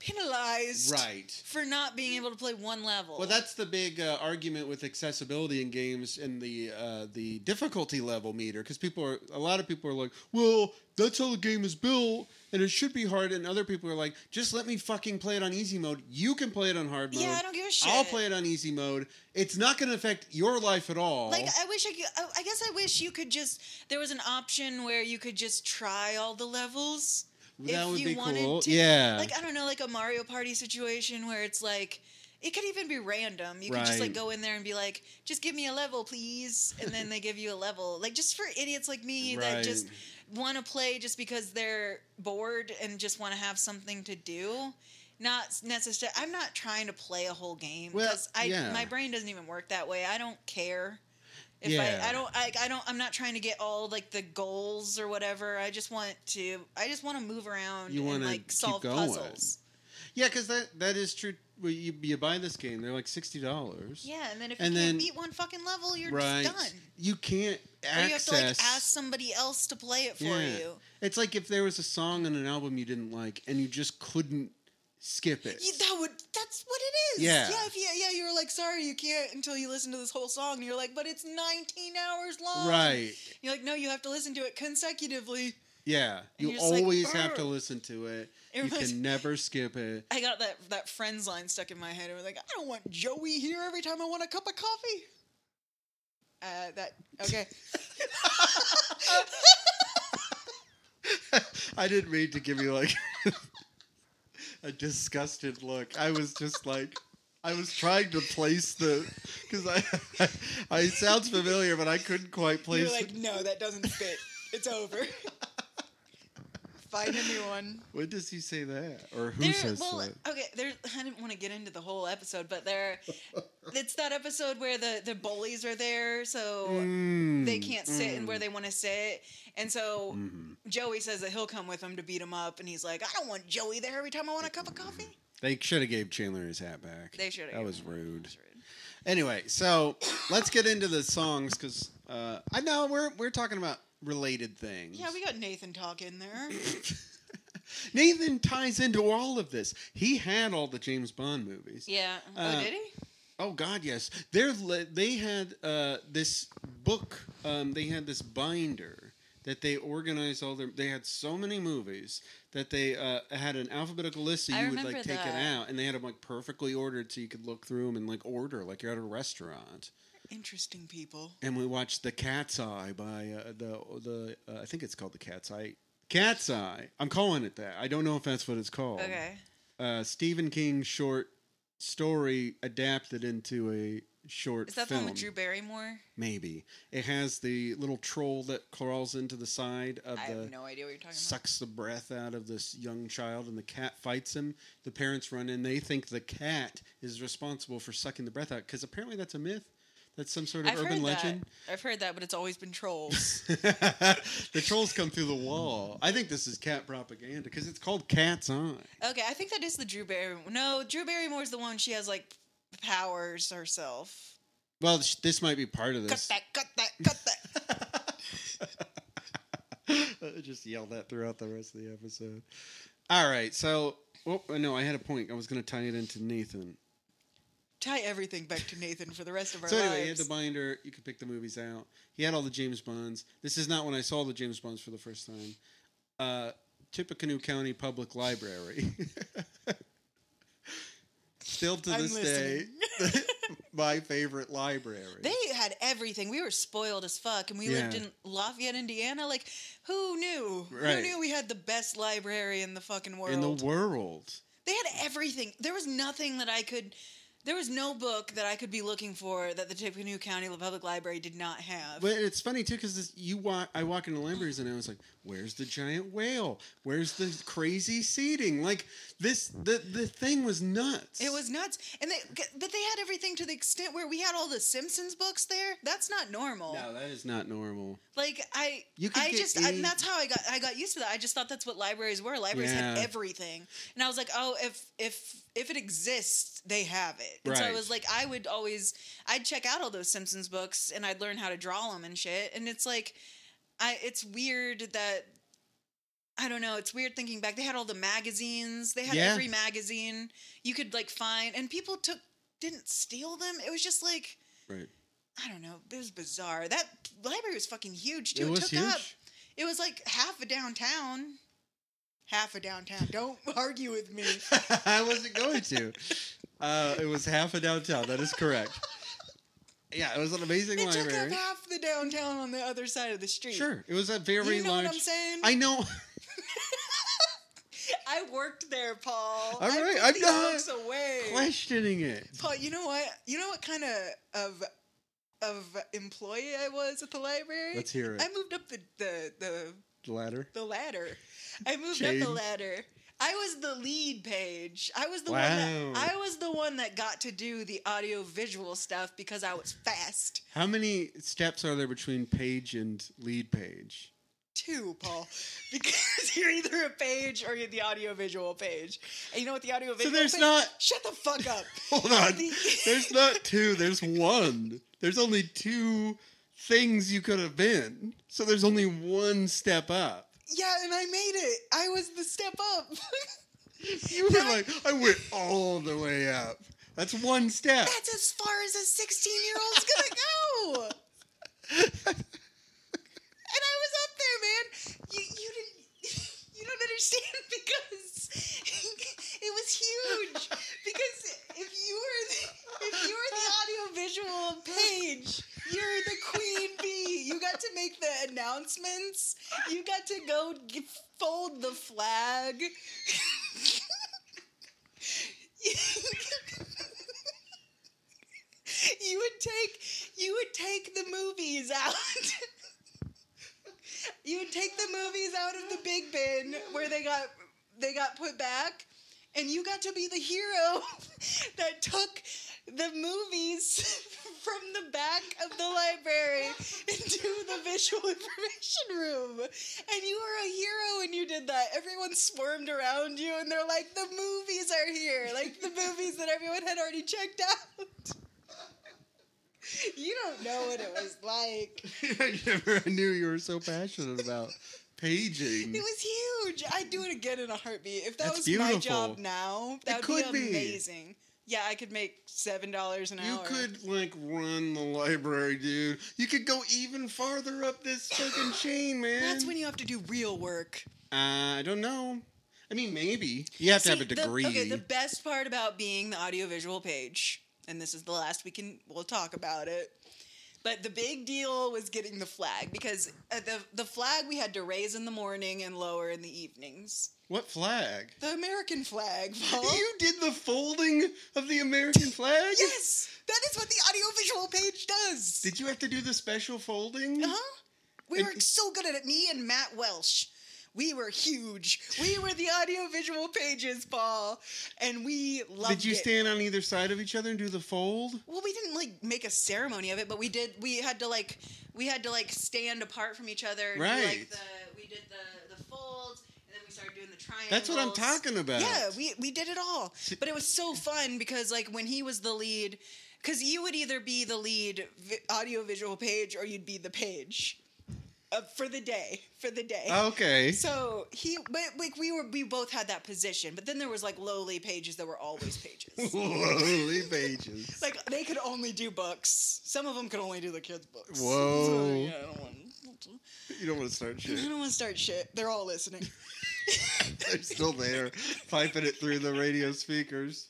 penalized
right.
for not being able to play one level.
Well, that's the big uh, argument with accessibility in games and the uh, the difficulty level meter because people are a lot of people are like, well, that's how the game is built and it should be hard, and other people are like, just let me fucking play it on easy mode. You can play it on hard mode.
yeah, I don't give a shit.
I'll play it on easy mode. It's not going to affect your life at all.
Like uh, I wish I could. I- I guess I wish you could just. There was an option where you could just try all the levels.
that
if
would
you
be
wanted
cool.
to-
yeah.
Like uh I don't know, like a Mario Party situation where it's like. It could even be random. You could just like
Right.
go in there and be like, "Just give me a level, please," and then they give you a level. Like just for idiots like me that just
Right.
want to play just because they're bored and just want to have something to do. Not necessarily. I'm not trying to play a whole game
Well,
because I
yeah.
my brain doesn't even work that way. I don't care. If
Yeah.
I, I don't, I, I don't, I'm not trying to get all like the goals or whatever. I just want to, I just want to move around
You
and
wanna
like
keep
solve
going.
puzzles.
Yeah, because that that is true. Well, you, you buy this game, they're like sixty dollars.
Yeah, and then if
And
you
then-
can't beat one fucking level, you're
right.
just done.
You can't
Or
access.
you have to like ask somebody else to play it for
Yeah.
you.
It's like if there was a song on an album you didn't like and you just couldn't skip it.
Yeah, that would that's what it is.
Yeah.
Yeah, if you, yeah, you were like, sorry, you can't until you listen to this whole song. And you're like, but it's 19 hours long.
right.
You're like, no, you have to listen to it consecutively.
Yeah,
And
you
you're just like,
always have to
"Arr."
listen to it.
It
you
reminds-
can never skip it.
I got that that friends line stuck in my head. I was like, I don't want Joey here every time I want a cup of coffee. Uh, that okay.
I didn't mean to give you like a disgusted look. I was just like, I was trying to place the because I, I, it sounds familiar, but I couldn't quite place.
You're like, no, that doesn't fit. It's over. Find a new one.
when does he say that, or who
There-
says
well,
that?
okay, there. I didn't want to get into the whole episode, but there, it's that episode where the the bullies are there, so they
Mm,
can't sit in
mm,
where they want to sit, and so
mhm.
Joey says that he'll come with him to beat him up, and he's like, I don't want Joey there every time I want a cup of coffee.
They should have gave Chandler his hat back.
They should've
That
gave
was
him-
rude.
That's rude.
Anyway, so let's get into the songs because uh, I know we're we're talking about related things.
Yeah, we got Nathan talk in there.
Nathan ties into all of this. He had all the James Bond movies.
Yeah.
Uh,
oh, did he?
Oh God, yes. They're li- they had uh, this book. Um, they had this binder that they organized all their. They had so many movies that they uh, had an alphabetical list. So
I
you would
remember
like take it
that.
out, and they had them like perfectly ordered, so you could look through them and like order like you're at a restaurant.
Interesting people.
And we watched The Cat's Eye by uh, the the uh, I think it's called The Cat's Eye. Cat's Eye. I'm calling it that. I don't know if that's what it's called.
Okay.
Uh, Stephen King short story adapted into a short
Is that the
film.
one with Drew Barrymore?
Maybe it has the little troll that crawls into the side of
I
the
have no idea what you're talking about.
sucks the breath out of this young child and the cat fights him the parents run in they think the cat is responsible for sucking the breath out because apparently that's a myth that's some sort of
I've
urban
heard
legend
that. I've heard that, but it's always been trolls.
the trolls come through the wall. I think this is cat propaganda because it's called Cat's Eye.
okay, I think that is the Drew Barrymore. No, Drew Barrymore's the one. She has like powers herself.
Well, sh- this might be part of
Cut
this.
that! Cut that! Cut that!
Just yell that throughout the rest of the episode. All right, so oh no, I had a point. I was going to tie it into Nathan.
Tie everything back to Nathan for the rest of our
So anyway, he had
lives.
the binder. You could pick the movies out. He had all the James Bonds. This is not when I saw the James Bonds for the first time. Uh, Tippecanoe County Public Library. Still to
I'm
this day, my favorite library.
they had everything. We were spoiled as fuck, and we lived
Yeah.
in Lafayette, Indiana. Like, who knew?
Right.
Who knew we had the best library in the fucking world?
in the world.
They had everything. There was nothing that I could. There was no book that I could be looking for that the Tippecanoe County Public Library did not have.
But it's funny too because you walk. I walk into libraries and I was like, "Where's the giant whale? Where's the crazy seating? Like this, the the thing was nuts.
It was nuts, and they but they had everything to the extent where we had all the Simpsons books there. That's not normal.
no, that is not normal.
Like I,
You could
I
get
just I,
any-
and that's how I got I got used to that. I just thought that's what libraries were. Libraries had
Yeah.
everything, and I was like, oh, if if if it exists, they have it. And so I
Right.
was like, I would always I'd check out all those Simpsons books and I'd learn how to draw them and shit. And it's like, I it's weird that. I don't know. It's weird thinking back. They had all the magazines. They had
Yeah.
every magazine you could like find, and people took didn't steal them. It was just like
Right.
I don't know. It was bizarre. That library was fucking huge too.
it
It,
was
took
huge.
up. It was like half a downtown. Half a downtown. Don't argue with me.
I wasn't going to. Uh, it was half a downtown. That is correct. Yeah, it was an amazing
It took up
library.
half the downtown on the other side of the street.
Sure, it was a very
You know
large.
what I'm saying?
I know.
I worked there, Paul.
All
I
right,
put
I'm
these
not
books away.
questioning it.
Paul, you know what? You know what kind of of of employee I was at the library?
Let's hear it.
I moved up the the, the
The ladder.
The ladder. I moved up
Shade.
the ladder. I was the lead page. I was the one
Wow.
that I was the one that got to do the audio visual stuff because I was fast.
How many steps are there between page and lead page?
Too, Paul, because you're either a page or you're the audio visual page. And you know what the audio visual
there's
page-
not-
Shut the fuck up.
Hold on.
The-
There's not two. There's one. There's only two things you could have been. So there's only one step up.
yeah, and I made it. I was the step up.
You were like, I went all the way up. That's one step.
That's as far as a 16 year old's gonna go. and I was up there, man. You, you didn't. is huge because if you were the, if you were the audiovisual page, you're the queen bee. You got to make the announcements. You got to go g- fold the flag. you would take you would take the movies out. you would take the movies out of the big bin where they got they got put back and you got to be the hero that took the movies from the back of the library into the visual information room and you were a hero when you did that everyone swarmed around you and they're like the movies are here like the movies that everyone had already checked out you don't know what it was like
I never knew you were so passionate about paging.
It was huge. I'd do it again in a heartbeat. If that
That's
was my
beautiful.
job now, that
It
would
could
be
be.
amazing. Yeah, I could make seven dollars an
You
hour.
could like run the library, dude. You could go even farther up this fucking chain, man.
That's when you have to do real work.
uh, I don't know. I mean, maybe you have to have
See,
a degree.
The, okay, the best part about being the audiovisual page, and this is the last we can we'll talk about it. But the big deal was getting the flag because uh, the the flag we had to raise in the morning and lower in the evenings.
what flag?
The American flag, Paul.
You did the folding of the American flag.
yes, that is what the audiovisual page does.
Did you have to do the special folding?
Huh? We
And-
were so good at it. Me and Matt Welsh. We were huge. We were the audiovisual pages, Paul, and we loved
Did you
it.
stand on either side of each other and do the fold?
well, we didn't like make a ceremony of it, but we did. We had to like, we had to like stand apart from each other. and do, like
Right.
the we did the the folds, and then we started doing the triangles.
That's what I'm talking about.
Yeah, we we did it all, but it was so fun because like when he was the lead, because you would either be the lead vi- audio visual page or you'd be the page uh, for the day for the day.
Oh, Okay.
So he, but like we were, we both had that position. But then there was like lowly pages that were always pages.
Holy pages.
like they could only do books. Some of them could only do the kids' books.
Whoa.
So, yeah, I don't want.
You don't want to start
I
shit.
don't want to start shit. They're all listening.
They're still there, piping it through the radio speakers.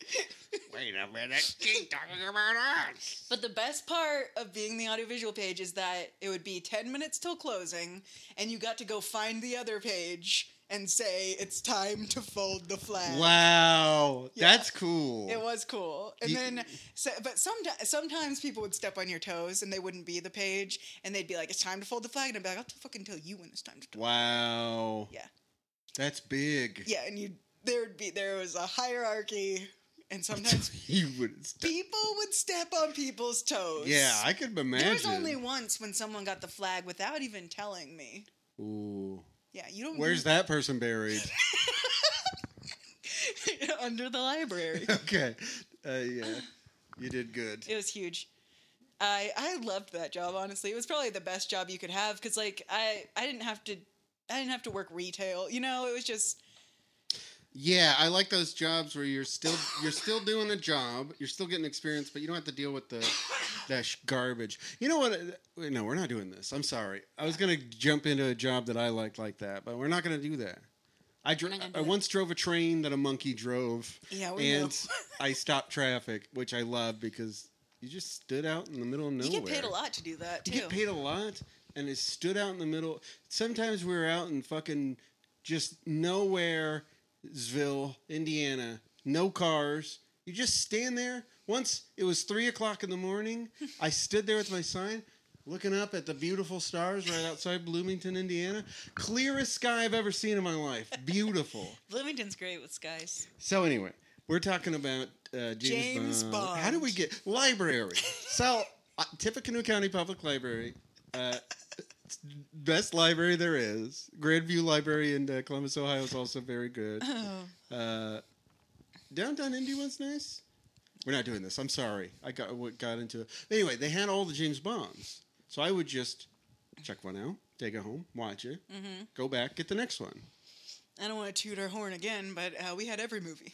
Wait a minute. Keep talking about us.
But the best part of being the audiovisual page is that it would be 10 minutes till closing, and you got to go find the other page and say, It's time to fold the flag.
Wow,
Yeah.
that's cool.
It was cool. And
You-
then, so, but sometimes, sometimes people would step on your toes and they wouldn't be the page, and they'd be like, It's time to fold the flag. And I'd be like, I'll fucking tell you when it's time to do
Wow.
Yeah.
That's big.
Yeah, and you, there would be, there was a hierarchy, and sometimes
You would. St-
people would step on people's toes.
yeah, I could imagine.
There was only once when someone got the flag without even telling me.
Ooh.
Yeah, you don't.
Where's that person buried?
that? Under the library.
okay. Uh, yeah. You did good.
it was huge. I I loved that job. Honestly, it was probably the best job you could have because like I I didn't have to I didn't have to work retail. You know, it was just
Yeah, I like those jobs where you're still you're still doing a job, you're still getting experience, but you don't have to deal with the that sh- garbage. You know what? Wait, No, we're not doing this. I'm sorry. I was gonna jump into a job that I liked like that, but we're not gonna do that. I dr- I once drove a train that a monkey drove,
yeah. Oh, We know.
and I stopped traffic, which I love because you just stood out in the middle of
you
nowhere.
get paid a lot to do that too.
You get paid a lot, and it stood out in the middle. Sometimes we were out in fucking just nowheresville, Indiana. No cars. You just stand there. Once it was three o'clock in the morning, I stood there with my sign, looking up at the beautiful stars right outside Bloomington, Indiana. Clearest sky I've ever seen in my life. Beautiful.
Bloomington's great with skies.
So anyway, we're talking about uh, James,
James
Bond.
Bond.
How do we get library? so uh, Tippecanoe County Public Library, uh, it's the best library there is. Grandview Library in uh, Columbus, Ohio is also very good.
Oh,
Uh, downtown Indy was nice. We're not doing this. I'm sorry. I got what got into it. Anyway, they had all the James Bonds, so I would just check one out, take it home, watch it,
Mhm.
go back, get the next one.
I don't want to toot our horn again, but uh, we had every movie,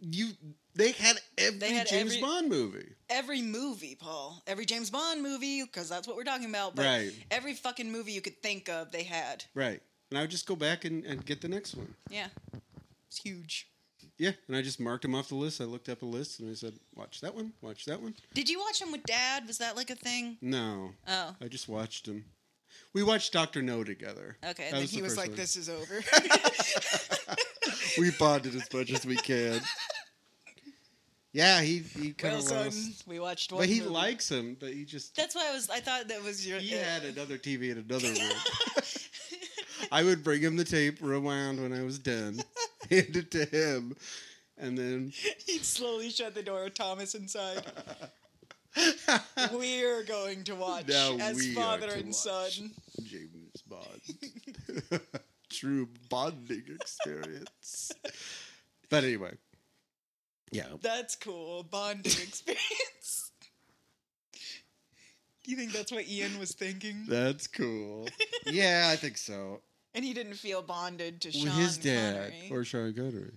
You, they had every
They had
James
every-
Bond movie.
every movie, Paul, every James Bond movie, because that's what we're talking about. But
Right.
Every fucking movie you could think of, they had.
Right. And I would just go back and, and get the next one.
Yeah, it's huge.
Yeah, and I just marked them off the list. I looked up a list and I said, "Watch that one. Watch that one."
Did you watch them with Dad? Was that like a thing?
No,
Oh,
I just watched them. We watched Doctor No together.
okay.
That
then
was
he
the
was
first
like,
one.
"This is over."
We bonded as much as we can. Yeah, he he kind
well,
of
son,
lost,
we watched one.
but he
movie.
likes him. But he just
That's why I was. I thought that was your. uh,
he had another TV in another room. I would bring him the tape, rewind when I was done, hand it to him, and then
He'd slowly shut the door. Thomas inside. We're going to watch
Now
as
we are
father
to
and
watch.
son.
James Bond. True bonding experience. But anyway, yeah,
That's cool. Bonding experience. Do you think that's what Ian was thinking?
that's cool. Yeah, I think so.
And he didn't feel bonded to Sean
With his dad
Connery.
or Sean Connery.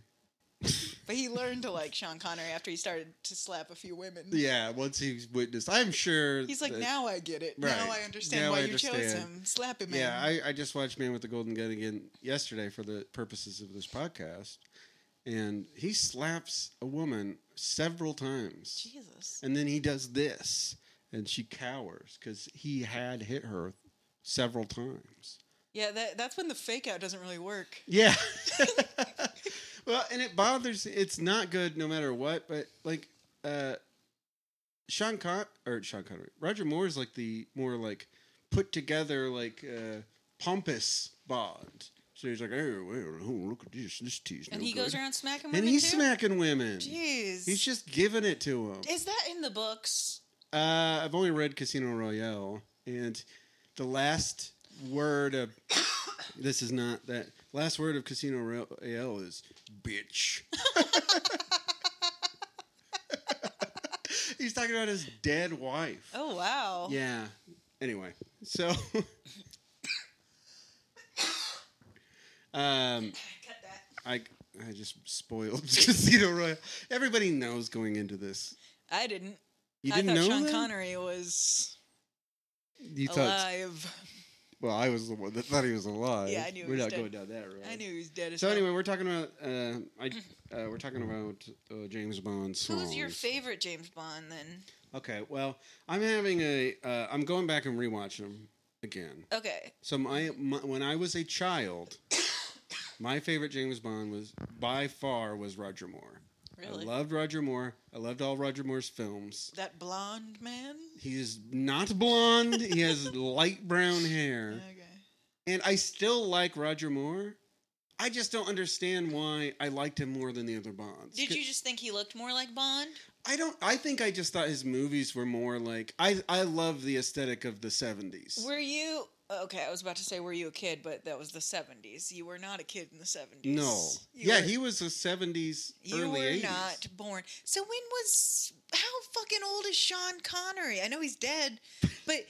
But he learned to like Sean Connery after he started to slap a few women.
Yeah, once he's witnessed, I'm sure.
He's like,
that-
now I get it.
Right.
Now I understand
Now
why
I
you chose
understand."
him. Slap him,
Yeah,
man.
I, I just watched Man with the Golden Gun again yesterday for the purposes of this podcast, and he slaps a woman several times.
Jesus.
And then he does this, and she cowers because he had hit her several times.
Yeah, that, that's when the fake out doesn't really work.
Yeah. well, and it bothers. It's not good no matter what. But like, uh, Sean Con or Sean Connery, Roger Moore is like the more like put together like uh, pompous Bond. So he's like, oh, well, oh, look at this. This tea's no
And he
good."
goes around smacking women.
and he's
too?
smacking women.
Jeez.
He's just giving it to him.
Is that in the books?
Uh, I've only read Casino Royale, and the last word of this is not that last word of Casino Royale is bitch. He's talking about his dead wife.
Oh, wow.
Yeah. Anyway, so um,
Cut that.
I I just spoiled Casino Royale. Everybody knows going into this.
I didn't.
You
I thought
didn't know
Sean
that?
Connery was
You thought
alive.
Well, I was the one that thought he was alive.
Yeah, I knew he
We're
was
not
dead.
going down that road.
I knew he was dead as
So
hell.
anyway, we're talking about uh, I, uh, we're talking about uh, James Bond songs.
Who's your favorite James Bond then?
okay, well, I'm having a uh, I'm going back and rewatching them again.
Okay.
So my, my when I was a child, my favorite James Bond was by far was Roger Moore.
Really?
I loved Roger Moore. I loved all Roger Moore's films.
that blonde man?
He's not blonde. he has light brown hair.
Okay.
And I still like Roger Moore. I just don't understand why I liked him more than the other Bonds.
Did
'Cause
you just think he looked more like Bond?
I don't. I think I just thought his movies were more like I. I love the aesthetic of the seventies.
Were you uh, okay? I was about to say were you a kid, but that was the seventies. You were not a kid in the seventies.
No.
You
yeah,
were,
he was a seventies.
You
early
were
80s.
not born. So when was how fucking old is Sean Connery? I know he's dead, but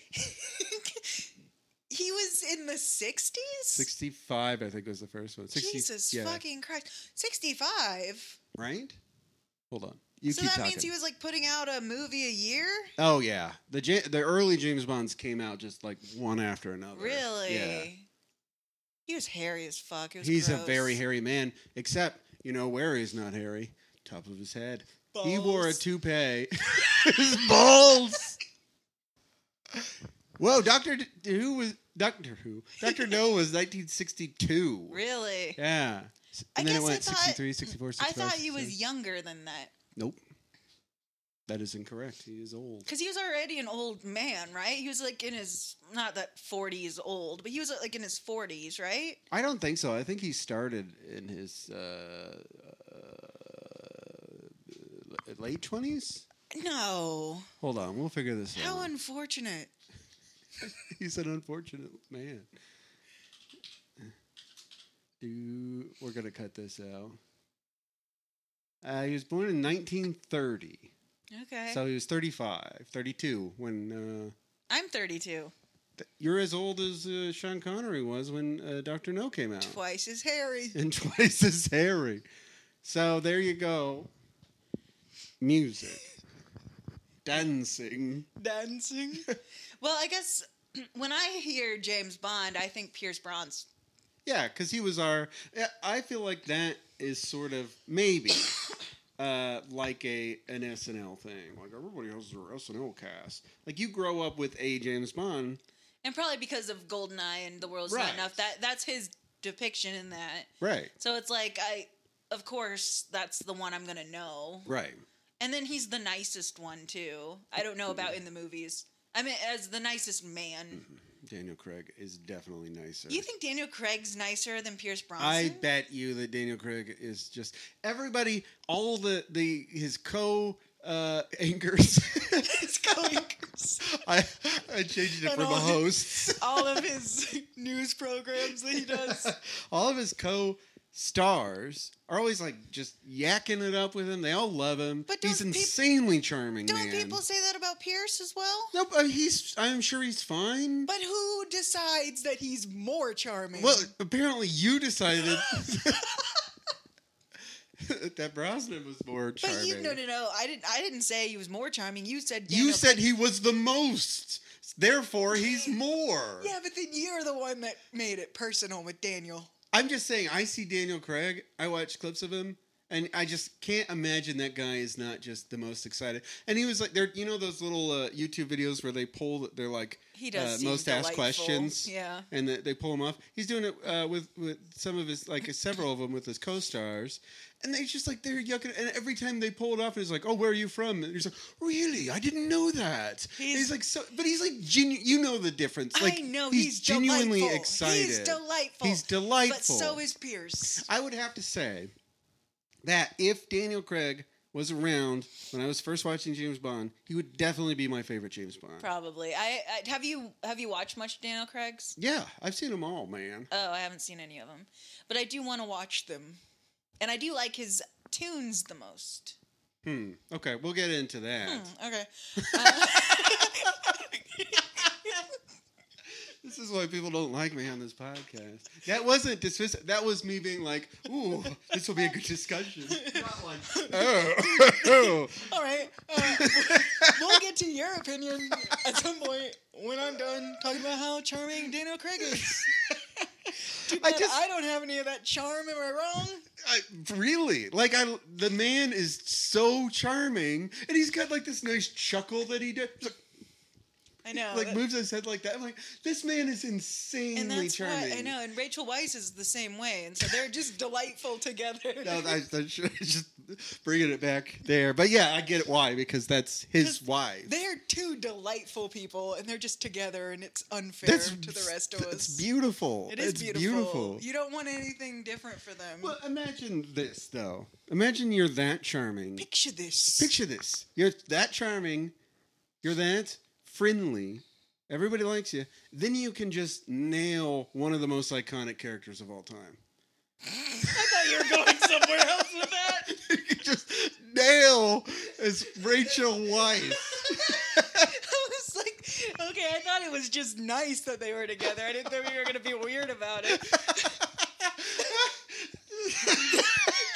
he was in the sixties.
Sixty-five, I think, was the first one. 60,
Jesus
yeah,
fucking Christ, sixty-five.
Right. Hold on. You
so
keep
that
talking.
means he was like putting out a movie a year.
oh yeah, the Ja- the early James Bonds came out just like one after another.
Really?
Yeah.
He was hairy as fuck. It was
He's a
gross.
very hairy man, except you know where he's not hairy. Top of his head. He wore a
Balls.
toupee. his balls. Whoa, Doctor D- Who was Doctor Who? Doctor No was 1962.
Really?
Yeah. S-
I
And then
guess
it
I
went
thought-
63, 64,
I
65.
thought he was
67.
younger than that.
Nope. That is incorrect. He is old.
Because he was already an old man, right? He was like in his, not that 40s old, but he was like in his 40s, right?
I don't think so. I think he started in his uh, uh, late 20s.
No.
Hold on, we'll figure this out.
How unfortunate.
He's an unfortunate man. Do we're gonna cut this out? Uh, he was born in 1930,
Okay.
so he was 35, 32 when. Uh,
I'm 32.
th- you're as old as uh, Sean Connery was when uh, Doctor No came out,
Twice as hairy.
and twice as hairy. So there you go. Music, dancing.
Dancing. well, I guess when I hear James Bond, I think Pierce Bronze.
Yeah, because he was our. yeah, I feel like that is sort of maybe uh, like a an SNL thing. Like everybody else is their SNL cast. Like you grow up with a James Bond,
and probably because of Goldeneye and the world's
Right.
not enough. That that's his depiction in that.
right?
So it's like I, of course, that's the one I'm gonna know.
Right.
And then he's the nicest one too. I don't know about in the movies. I mean, as the nicest man.
Mm-hmm. Daniel Craig is definitely nicer.
You think Daniel Craig's nicer than Pierce Bronson?
I bet you that Daniel Craig is just everybody. All the the his co uh, anchors.
His co-anchors.
I I changed it
And
from the
all-
hosts.
all of his news programs that he does.
all of his co stars are always like just yakking it up with him. They all love him.
But
he's
don't peop-
insanely charming.
Don't
man.
people say that about Pierce as well?
No, but he's. I'm sure he's fine.
But who decides that he's more charming?
well, apparently you decided that Brosnan was more charming.
but you no no no. I didn't I didn't say he was more charming. You said
You
Daniel-
said he was the most. Therefore, he's more.
Yeah, but then you're the one that made it personal with Daniel.
I'm just saying. I see Daniel Craig. I watch clips of him, and I just can't imagine that guy is not just the most excited. And he was like, "There, you know those little uh, YouTube videos where they pull. They're like,
He does
uh,
seem
most asked
delightful.
questions.
Yeah.
and that they pull him off. He's doing it uh, with with some of his like several of them with his co-stars, and they just like they're yucking. And every time they pull it off, it's like, "Oh, where are you from?" And he's like, "Really? I didn't know that." And He's,
He's-
like, "So," but he's like, genu- you know the difference. Like,
I know
he's, genuinely
delightful.
excited.
He's delightful.
He's delightful.
But so is Pierce.
I would have to say that if Daniel Craig was around when I was first watching James Bond, he would definitely be my favorite James Bond.
Probably. I, I have you have you watched much Daniel Craig's?
Yeah, I've seen them all, man.
Oh, I haven't seen any of them, but I do want to watch them, and I do like his tunes the most.
Hmm. Okay, we'll get into that.
Hmm, Okay. Uh,
This is why people don't like me on this podcast. That wasn't dismissive. That was me being like, "Ooh, this will be a good discussion." Not like, oh,
all right. Uh, we'll get to your opinion at some point when I'm done talking about how charming Daniel Craig is. Too
I
bad
just-
I don't have any of that charm. Am I wrong?
I, really? Like, I the man is so charming, and he's got like this nice chuckle that he does.
I know.
like
that-
moves his head like that. I'm like, this man is insanely
and that's
charming.
why I know. And Rachel Weisz is the same way, and so they're just delightful together.
No, I, I should- just bringing it back there, but yeah, I get it why because that's his
'Cause
wife.
They're two delightful people, and they're just together, and it's unfair
That's
to the rest of us.
It's beautiful.
It is
It's
beautiful. You don't want anything different for them.
Well, imagine this though. Imagine you're that charming.
Picture this.
Picture this: you're that charming, you're that friendly. Everybody likes you. Then you can just nail one of the most iconic characters of all time.
I thought you were going somewhere else with that.
you can just nail as Rachel Weisz.
I was like, okay, I thought it was just nice that they were together. I didn't think we were going to be weird about it.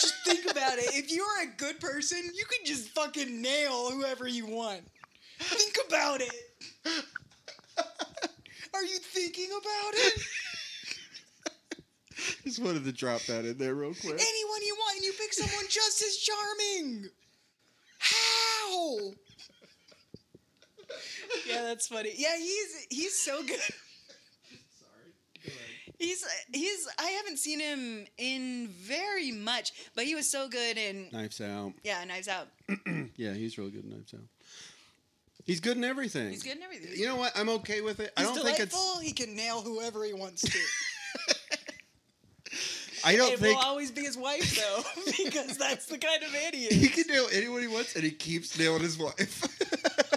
Just think about it. If you're a good person, you can just fucking nail whoever you want. Think about it. Are you thinking about it?
just wanted to drop that in there real quick.
anyone you want and you pick someone just as charming. How? Yeah, that's funny. Yeah, he's he's so good. He's he's I haven't seen him in very much, but he was so good in
Knives Out.
yeah, Knives Out.
Yeah, he's really good in Knives Out. He's good in everything.
He's good in everything.
You know what? I'm okay with it. I
He's
don't
delightful. He can nail whoever he wants to.
think it's. I don't
It
think
will always be his wife though, because that's the kind of man he is.
he can nail anyone he wants, and he keeps nailing his wife.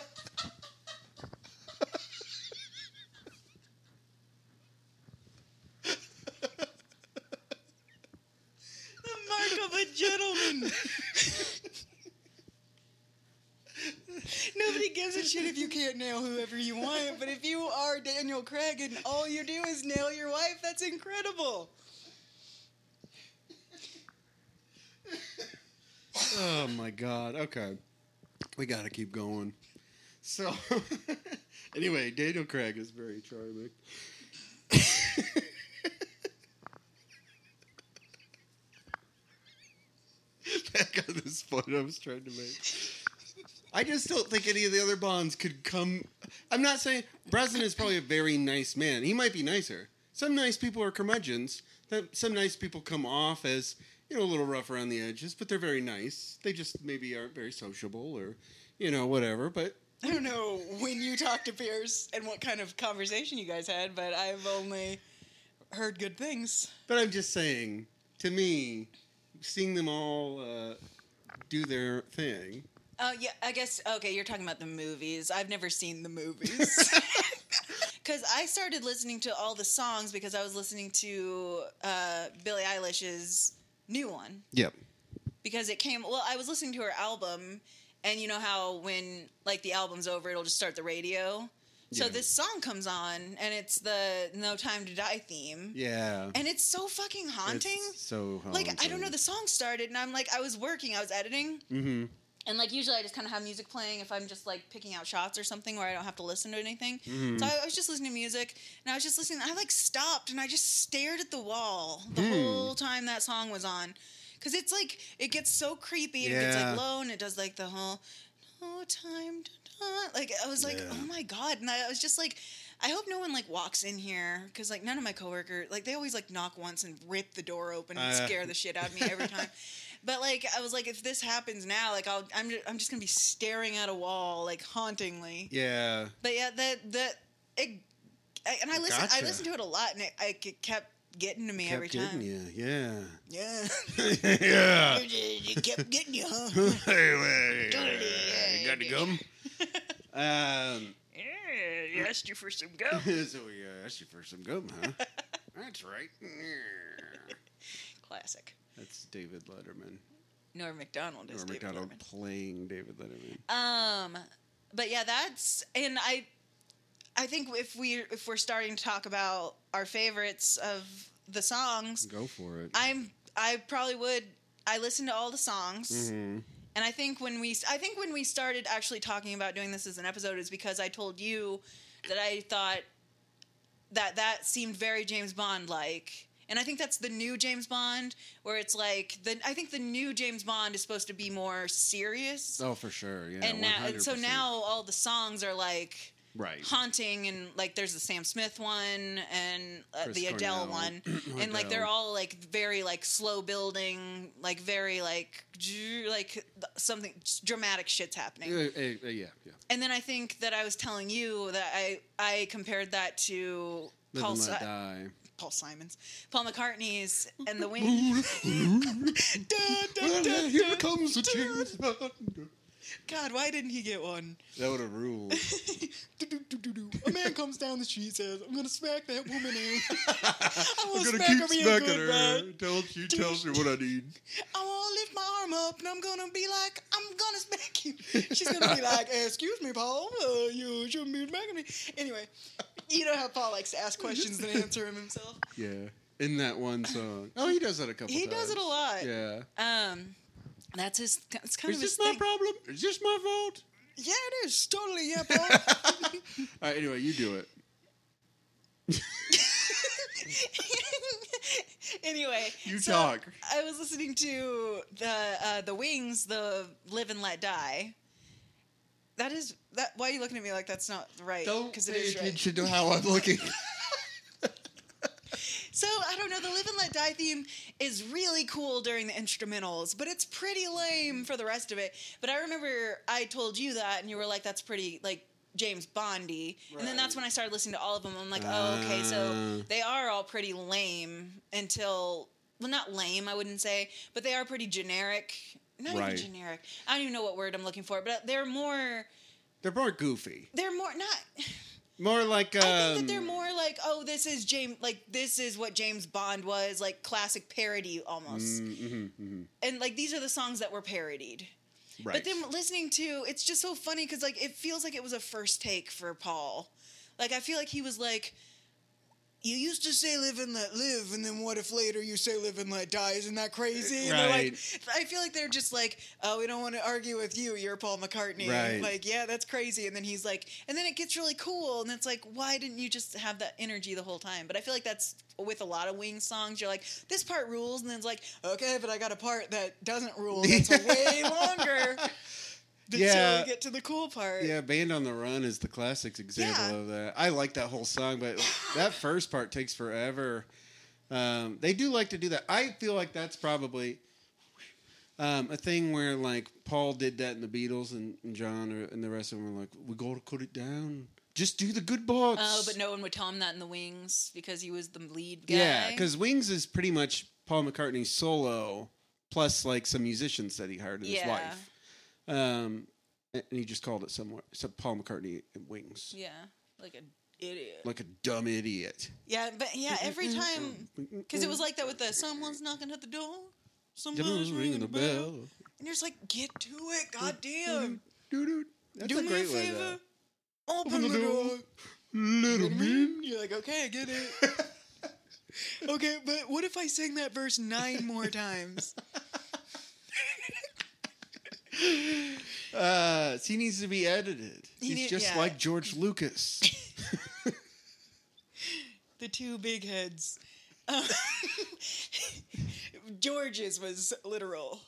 The mark of a gentleman. Nobody gives a shit if you can't nail whoever you want, but if you are Daniel Craig and all you do is nail your wife, that's incredible.
oh my god. Okay, we gotta keep going. So, anyway, Daniel Craig is very charming. back on this point I was trying to make. I just don't think any of the other Bonds could come. I'm not saying Brosnan is probably a very nice man. He might be nicer. Some nice people are curmudgeons. That- Some nice people come off as you know a little rough around the edges, but they're very nice. They just maybe aren't very sociable or you know whatever. But
I don't know when you talked to Pierce and what kind of conversation you guys had, but I've only heard good things.
But I'm just saying, to me, seeing them all uh, do their thing.
Oh yeah, I guess okay. You're talking about the movies. I've never seen the movies. Because I started listening to all the songs because I was listening to uh, Billie Eilish's new one
Yep.
because it came. Well, I was listening to her album, and you know how when like the album's over, it'll just start the radio. So
Yeah.
this song comes on, and it's the "No Time to Die" theme,
Yeah.
and it's so fucking haunting.
It's so haunting.
like I don't know, the song started, and I'm like, I was working, I was editing,
Mm-hmm.
and like usually I just kind of have music playing if I'm just like picking out shots or something where I don't have to listen to anything.
Mm-hmm.
So
Hmm.
I was just listening to music and I was just listening. I like stopped and I just stared at the wall the
Hmm.
whole time that song was on. Cause it's like it gets so creepy and it gets
Yeah.
like low and it does like the whole no time to die. Like I was like,
Yeah.
oh my god, and I was just like, I hope no one like walks in here because like none of my coworker like they always like knock once and rip the door open and
Uh.
scare the shit out of me every time. But like I was like, if this happens now, like I'll, I'm just, I'm just gonna be staring at a wall like hauntingly.
Yeah.
But yeah, that that it, I, and I listen I
Gotcha.
listened to it a lot, and it, I, it kept getting to me every
Kept
time.
getting you. Uh. Yeah.
Yeah,
yeah.
it kept getting you. Huh?
you got the gum? um,
Yeah, asked you for some gum.
so we uh, asked you for some gum, huh?
That's right.
Classic.
That's David Letterman.
Norm Macdonald is
Or
David
McDonald
Letterman.
playing David Letterman.
Um, but yeah, that's and I, I think if we if we're starting to talk about our favorites of the songs,
Go for it.
I'm I probably would. I listened to all the songs,
Mm-hmm.
and I think when we I think when we started actually talking about doing this as an episode is because I told you that I thought that that seemed very James Bond like. And I think that's the new James Bond, where it's like the I think the new James Bond is supposed to be more serious
Oh, for sure. Yeah.
and now, and so
100%.
now all the songs are like
Right.
haunting and like there's the Sam Smith one and uh,
Chris
the Adele
Cornell,
one and like they're
Adele.
all like very like slow building like very like dr- like th- something dramatic shit's happening
Uh, uh, uh, yeah, yeah.
and then I think that I was telling you that I I compared that to
Live
Paul
and
Si-
let die.
Paul Simon's Paul McCartney's and the Wind Dun, dun, dun,
Here
dun.
comes the James Bond.
God why didn't he get one
That would have ruled.
A man comes down the street says, "I'm gonna smack that woman in. I
I'm
want to
gonna
smack
keep
her real
smacking
good,
her
man.
until she tells me what I need.
I want to lift my arm up and I'm gonna be like, I'm gonna smack you. She's gonna be like, "Excuse me, Paul, uh, you shouldn't be smacking me." Anyway, you know how Paul likes to ask questions and answer them himself.
Yeah, in that one song. Oh, he does that a couple.
He
times.
does it a lot.
Yeah.
Um, that's his. It's kind
Is
of his
this my
thing.
problem? Is this my fault?
Yeah, it is totally yeah, Paul.
All right. Anyway, you do it.
anyway,
You
so
talk.
I was listening to the uh, the Wings, the Live and Let Die. That is that. Why are you looking at me like that's not right? Because it is right.
to how I'm looking.
So I don't know. The Live and Let Die theme is really cool during the instrumentals, but it's pretty lame for the rest of it. But I remember I told you that, and you were like, "That's pretty like." James Bondy, and then that's
Right.
when I started listening to all of them. I'm like, oh, okay, so
Ah.
they are all pretty lame until well, not lame, I wouldn't say, but they are pretty generic. Not
Right.
even generic. I don't even know what word I'm looking for, but they're more.
they're more goofy,
They're more not.
more like. Um,
I think that they're more like, oh, this is James, like this is what James Bond was, like classic parody almost.
mm, mhm, mhm.
And like these are the songs that were parodied.
Right.
But then listening to it's just so funny because like it feels like it was a first take for Paul. Like I feel like he was like,
you used to say live and let live, and then what if later you say live and let die? Isn't that crazy? And they're like, I feel like they're just like, oh, we don't want to argue with you. You're Paul McCartney.
Right.
Like, yeah, that's crazy. And then he's like, and then it gets really cool. And it's like, why didn't you just have that energy the whole time? But I feel like that's with a lot of Wings songs. You're like, this part rules. And then it's like, okay, but I got a part that doesn't rule. That's way longer. Until
Yeah.
we get to the cool part.
Yeah, Band on the Run is the classic example
Yeah.
of that. I like that whole song, but that first part takes forever. Um, they do like to do that. I feel like that's probably um, a thing where like Paul did that in the Beatles and, and John or, and the rest of them were like, we got to cut it down. Just do the good parts.
Oh, but no one would tell him that in the Wings because he was the lead guy.
Yeah, because Wings is pretty much Paul McCartney's solo plus like some musicians that he hired in his
Yeah.
life. Um, and and he just called it somewhere. So Paul McCartney and Wings.
yeah, like an idiot.
like a dumb idiot.
Yeah, but yeah, every time because it was like that with the someone's knocking at the door, someone's ringing the bell, and you're just like, get to it, goddamn!
Doo-doo. That's
Do
a
me
great
a
way,
favor,
though.
open the door.
Little mean.
You're like, okay, I get it.
Okay, but what if I sang that verse nine more times?
Uh, he needs to be edited.
He
He's
need-
just
yeah.
like George Lucas.
the two big heads. Um, George's was literal.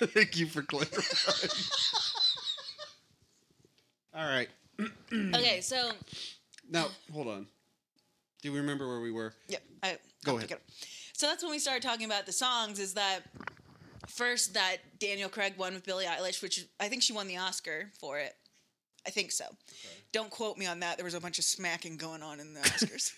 Thank you for clarifying. All right.
okay, so
Now, hold on. Do we remember where we were?
Yep. I,
Go
I'll
ahead.
pick it up. So that's when we started talking about the songs. Is that first that Daniel Craig won with Billie Eilish, which I think she won the Oscar for it. I think so. Don't quote me on that. There was a bunch of smacking going on in the Oscars,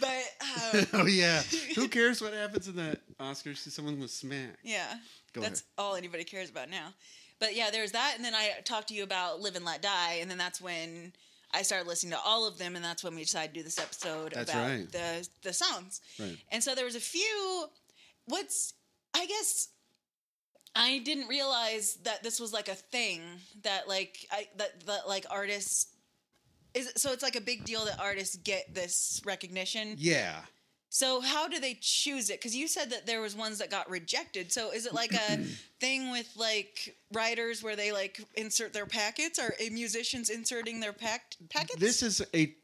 but um,
Oh, yeah. Who cares what happens in that Oscars to someone with smack?
yeah,
Go
that's all anybody cares about now. But yeah, there was that, and then I talked to you about "Live and Let Die," and then that's when I started listening to all of them, and that's when we decided to do this episode
That's
about
right.
the the songs.
ahead. Right.
And so there was a few. What's I guess I didn't realize that this was like a thing that like I that that like artists is so it's like a big deal that artists get this recognition.
Yeah.
So how do they choose it? Because you said that there was ones that got rejected. So is it like a thing with like writers where they like insert their packets or uh, musicians inserting their pack packets?
This is a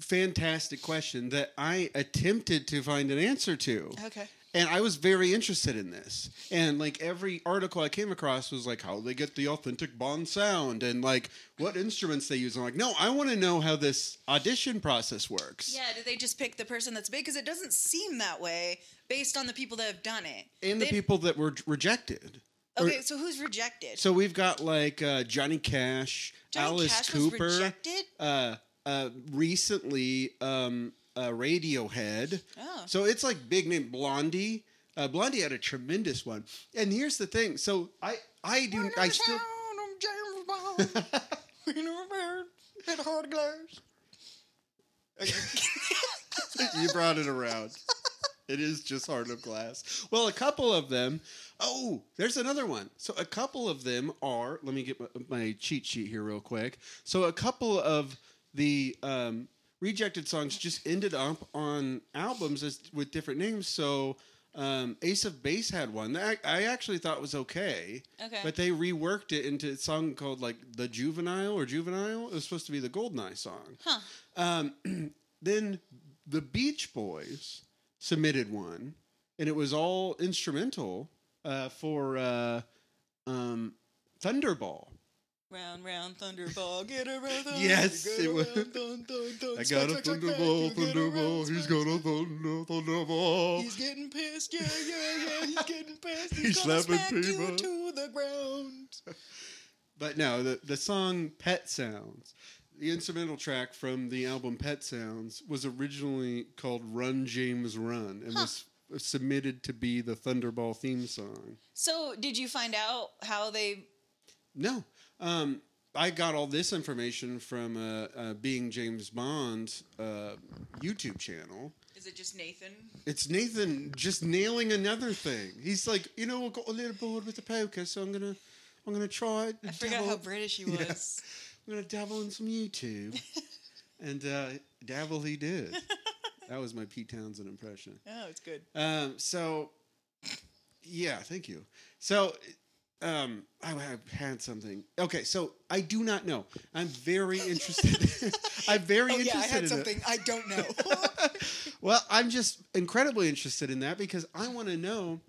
fantastic question that I attempted to find an answer to.
okay.
And I was very interested in this. And like every article I came across was like how they get the authentic Bond sound and like what instruments they use. I'm like, no, I want to know how this audition process works.
Yeah, did they just pick the person that's big? Because it doesn't seem that way based on the people that have done it.
And the
They-
people that were rejected. Or-
Okay, so who's rejected?
so we've got like uh, Johnny Cash,
Johnny
Alice
Cash was
Cooper.
rejected?
Uh, uh, recently, um, uh, Radiohead.
Oh.
So it's like big name Blondie. Uh, Blondie had a tremendous one. And here's the thing. So I I do I still
I'm James Bond. in a bird, in a hard glass.
you brought it around. It is just heart of glass. Well, a couple of them. Oh, there's another one. So a couple of them are. Let me get my, my cheat sheet here real quick. So a couple of the um, rejected songs just ended up on albums as, with different names. So um, Ace of Base had one that I, I actually thought was okay.
Okay.
But they reworked it into a song called like the Juvenile or Juvenile. It was supposed to be the Goldeneye song.
Huh.
Um, then the Beach Boys submitted one, and it was all instrumental uh, for uh, um, Thunderball.
round, round, thunderball.
I'll get a rhythm.
Yes,
Get
it
around,
was-
dun, dun, dun,
I
smack,
got a
smack, smack, you
Thunderball,
get around,
Thunderball. He's
smack,
got a thunder, Thunderball.
He's getting pissed, yeah, yeah, yeah. He's getting pissed. He's,
He's
gonna
slapping
smack
people.
you to the ground.
But no, the the song Pet Sounds. The instrumental track from the album Pet Sounds was originally called Run James Run and was submitted to be the Thunderball theme song.
so, did you find out how they?
No. Um, I got all this information from uh, uh, being James Bond's uh, YouTube channel.
Is it just Nathan?
It's Nathan just nailing another thing. He's like, you know, I got a little bored with the poker, so I'm gonna, I'm gonna try it.
I forgot how British he
Yeah.
was.
I'm gonna dabble in some YouTube, and uh, dabble he did. that was my Pete Townsend impression.
Oh, it's good.
Um, so, yeah, thank you. So, um, I have had something. Okay, so I do not know. I'm very interested. I'm very
Oh yeah,
interested
I
in
had
it.
something I don't know.
well, I'm just incredibly interested in that because I want to know,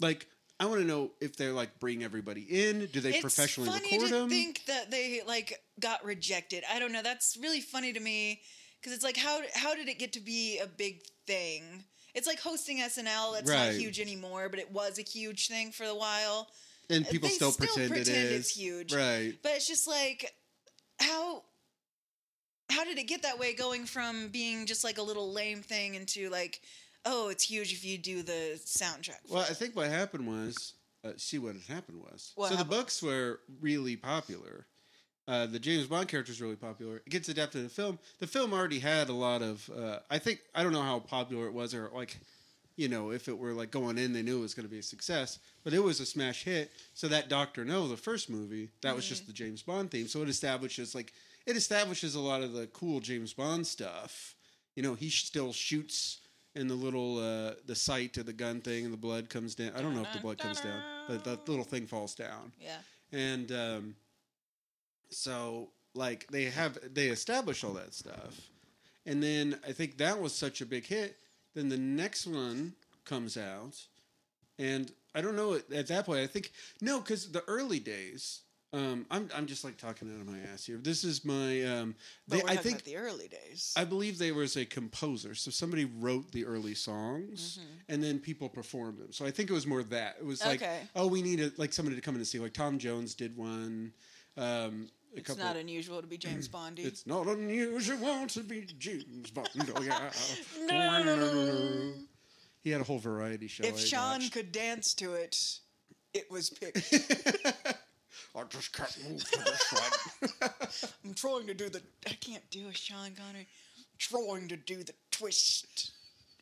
like, I want to know if they're like bring everybody in. Do they
it's
professionally
funny
record
to
them?
think that they like got rejected. I don't know. That's really funny to me because it's like how how did it get to be a big thing? It's like hosting SNL. It's not
Right.
huge anymore, but it was a huge thing for a while.
and people
they
still,
still
pretend,
pretend
it is
it's huge.
right?
But it's just like how how did it get that way going from being just like a little lame thing into like oh it's huge if you do the soundtrack.
Well, I think what happened was, uh, see what had happened was.
What
so
happened?
the books were really popular. Uh, the James Bond character is really popular. It gets adapted to film. The film already had a lot of. Uh, I think I don't know how popular it was, or like, you know, if it were like going in, they knew it was going to be a success. But it was a smash hit. So that Doctor No, the first movie, that was just the James Bond theme. So it establishes like it establishes a lot of the cool James Bond stuff. You know, he sh- still shoots in the little uh, the sight of the gun thing, and the blood comes down. I don't know if the blood comes down, but the little thing falls down
yeah.
and um, so like they have they establish all that stuff and then i think that was such a big hit then the next one comes out and i don't know at- at that point i think no because the early days um, I'm, I'm just like talking out of my ass here this is my um,
but
they,
we're
i
talking
think
about the early days.
I believe there was a composer, so somebody wrote the early songs, and then people performed them. So I think it was more that it was like,
Mm-hmm. Okay.
oh, we need a, like somebody to come in and see. Like Tom Jones did one. Um, a
It's
couple.
not unusual to be James Bondy.
it's not unusual to be James Bond. Oh, yeah.
No.
he had a whole variety show.
if
I
Sean
watched.
could dance to it, it was picked.
I just can't move to this one.
I'm trying to do the
I can't do a Sean Connery.
trying to do the twist,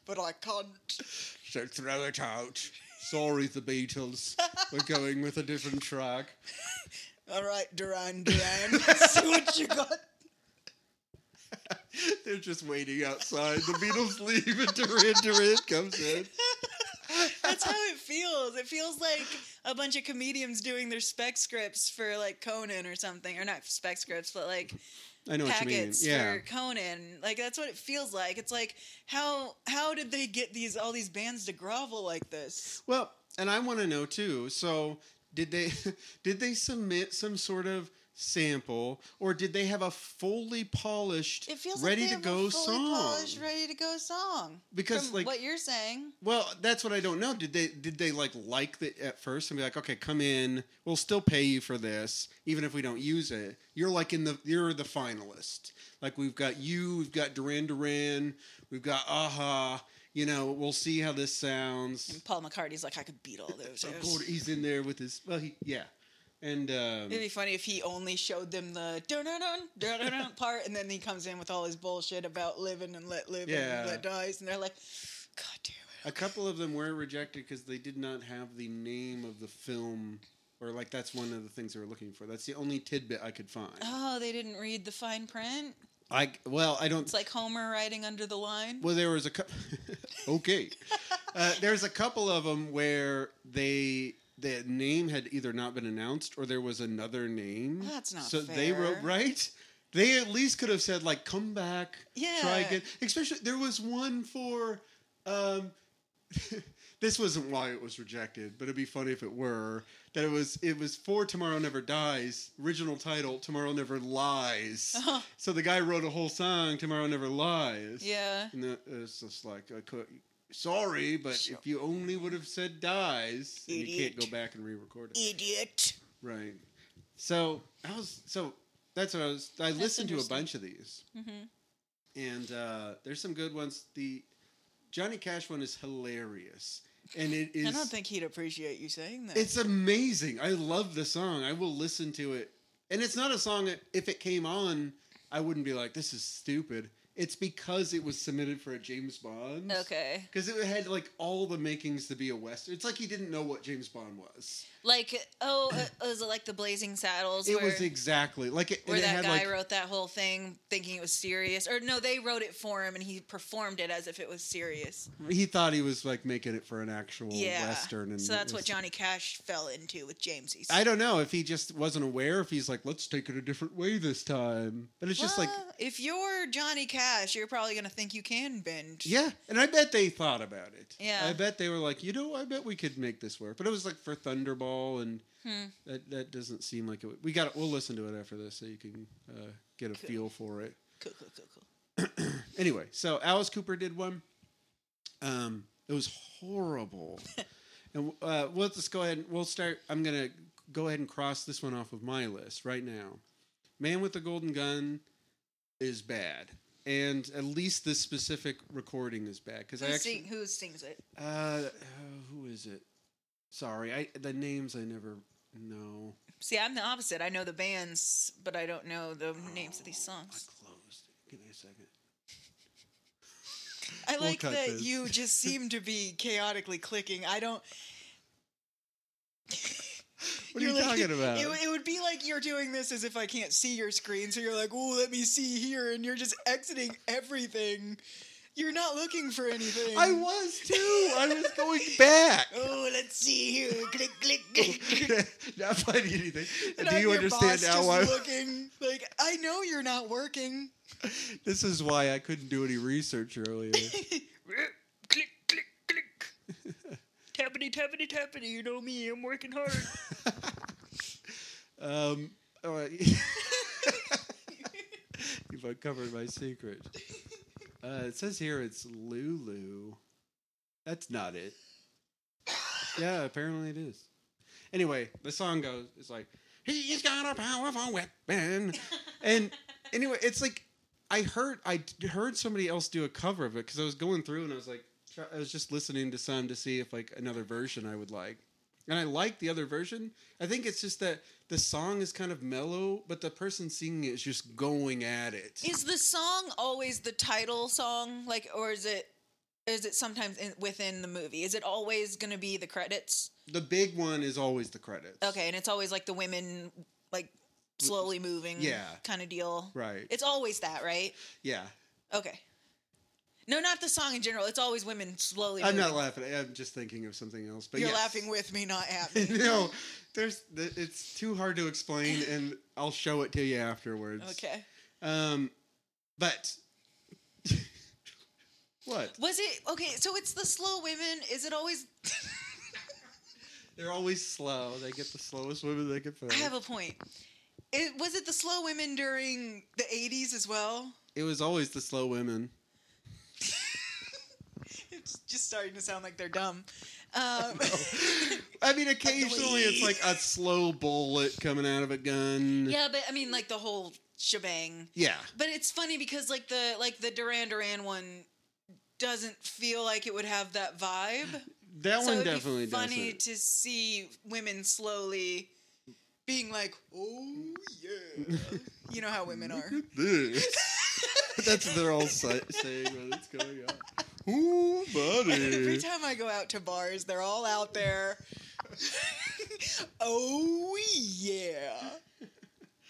but I can't.
so throw it out. Sorry, the Beatles. We're going with a different track.
All right, Duran Duran, let's see what you got.
They're just waiting outside. The Beatles leave, and Duran Duran comes in.
That's how it feels. It feels like a bunch of comedians doing their spec scripts for like Conan or something, or not spec scripts, but like
I know what you mean.
packets
Yeah,
for Conan. Like that's what it feels like. It's like how how did they get these all these bands to grovel like this?
Well, and I want to know too. So, did they did they submit some sort of sample, or did they have a fully polished,
It feels
ready
like they
to
have
go
a fully
song?
polished, ready to go song.
Because,
From
like-
what you're saying,
Well, that's what I don't know. Did they did they like like it at first and be like, okay, come in, we'll still pay you for this, even if we don't use it. You're like in the you're the finalist. Like we've got you, we've got Duran Duran, we've got Aha. You know, we'll see how this sounds.
Paul McCartney's like I could beat all those.
Of course, he's in there with his well, he, yeah, and um,
It'd be funny if he only showed them the dun dun dun dun dun part, and then he comes in with all his bullshit about living and let live
Yeah.
and let dies, and they're like, "God damn it!"
a couple of them were rejected because they did not have the name of the film, or like that's one of the things they were looking for. That's the only tidbit I could find.
Oh, they didn't read the fine print.
I well, I don't
It's like Homer writing under the line.
Well, there was a couple. okay, uh, there's a couple of them where they the name had either not been announced or there was another name.
That's not
So they wrote
fair.
right. They at least could have said like, "Come back, try
Yeah.
again." Especially there was one for. Um, this wasn't why it was rejected, but it'd be funny if it were. That it was it was for Tomorrow Never Dies, original title Tomorrow Never Lies. So the guy wrote a whole song, Tomorrow Never
Uh-huh.
Lies.
Yeah.
And the, it's just like, I could, sorry, but if you only would have said dies, then you can't
Idiot.
go back and re-record it.
Idiot.
Right. So I was so that's what I was. I listened to a
interesting.
bunch of these, and uh, there's some good ones. The Johnny Cash one is hilarious, and it is.
I don't think he'd appreciate you saying that.
It's amazing. I love the song. I will listen to it And it's not a song that if it came on, I wouldn't be like, this is stupid. It's because it was submitted for a James Bond.
Okay.
Because it had like all the makings to be a western. It's like he didn't know what James Bond was.
Like, oh, uh, was it like the Blazing Saddles?
It
where,
was exactly like it. and
where
it
that
had,
guy
like,
wrote that whole thing thinking it was serious, or no, they wrote it for him and he performed it as if it was serious.
he thought he was like making it for an actual
yeah.
western, and
so
it
that's what
was-
Johnny Cash fell into with E. Jamesy.
I don't know if he just wasn't aware. If he's like, let's take it a different way this time, but it's just like,
Well, if you're Johnny Cash, you're probably gonna think you can bend.
yeah. And I bet they thought about it.
Yeah.
I bet they were like, you know, I bet we could make this work. But it was like for Thunderball, and
Hmm.
that that doesn't seem like it. Would, we got. it. We'll listen to it after this, so you can uh, get a
Cool.
feel for it.
Cool, cool, cool, cool.
anyway, so Alice Cooper did one. Um, it was horrible. and uh, we'll just go ahead. And, we'll start. I'm gonna go ahead and cross this one off of my list right now. Man with the Golden Gun is bad, and at least this specific recording is bad because I
Who,
actually
sing, who sings it?
uh, who is it? Sorry, I the names I never know.
See, I'm the opposite. I know the bands, but I don't know the names of these songs.
Oh, I closed. it. Give me a second.
I
We'll
like
cut
that
this.
you just seem to be chaotically clicking. I don't.
What are you
You're like-
talking about?
It, would- it would be like you're doing this as if I can't see your screen, so you're like, "Oh, let me see here," and you're just exiting everything. You're not looking for anything.
I was too. I was going back.
Oh, let's see here. click, click,
Oh,
click.
not finding anything.
And
Do
I'm
you
your
understand
boss
now
just
why
Looking like I know you're not working.
this is why I couldn't do any research earlier?
click, click, click. tappity, tappity, tappity. You know me. I'm working hard.
um, all right. You've uncovered my secret. Uh, it says here it's Lulu. That's not it. Yeah, apparently it is. Anyway, the song goes. It's like he's got a powerful weapon, and anyway, it's like I heard I d- heard somebody else do a cover of it because I was going through and I was like try, I was just listening to some to see if like another version I would like, and I like the other version. I think it's just that the song is kind of mellow, but the person singing it is just going at it.
Is the song always the title song, like, or is it is it sometimes in, within the movie? Is it always going to be the credits?
the big one is always the credits.
Okay, and it's always like the women like slowly moving,
Yeah.
kind of deal.
Right.
It's always that, right?
yeah.
Okay. No, not the song in general. It's always women slowly.
I'm not
moving.
laughing. I'm just thinking of something else. But
You're
yes.
laughing with me, not at me.
no, there's. th- It's too hard to explain, and I'll show it to you afterwards.
Okay.
Um, but what?
Was it okay? So it's the slow women. Is it always?
They're always slow. They get the slowest women they can find.
I have a point. It was it the slow women during the '80s as well?
it was always the slow women.
It's just starting to sound like they're dumb. Um,
I mean, occasionally
Ugly.
it's like a slow bullet coming out of a gun.
yeah, but I mean, like the whole shebang.
Yeah.
But it's funny because like the like the Duran Duran one doesn't feel like it would have that vibe.
That
so
one
it'd be
definitely
funny
doesn't.
to see women slowly being like, "Oh yeah," you know how women are.
this. That's what they're all si- saying when it's going on. Ooh,
Every
buddy.
time I go out to bars, they're all out there. oh yeah,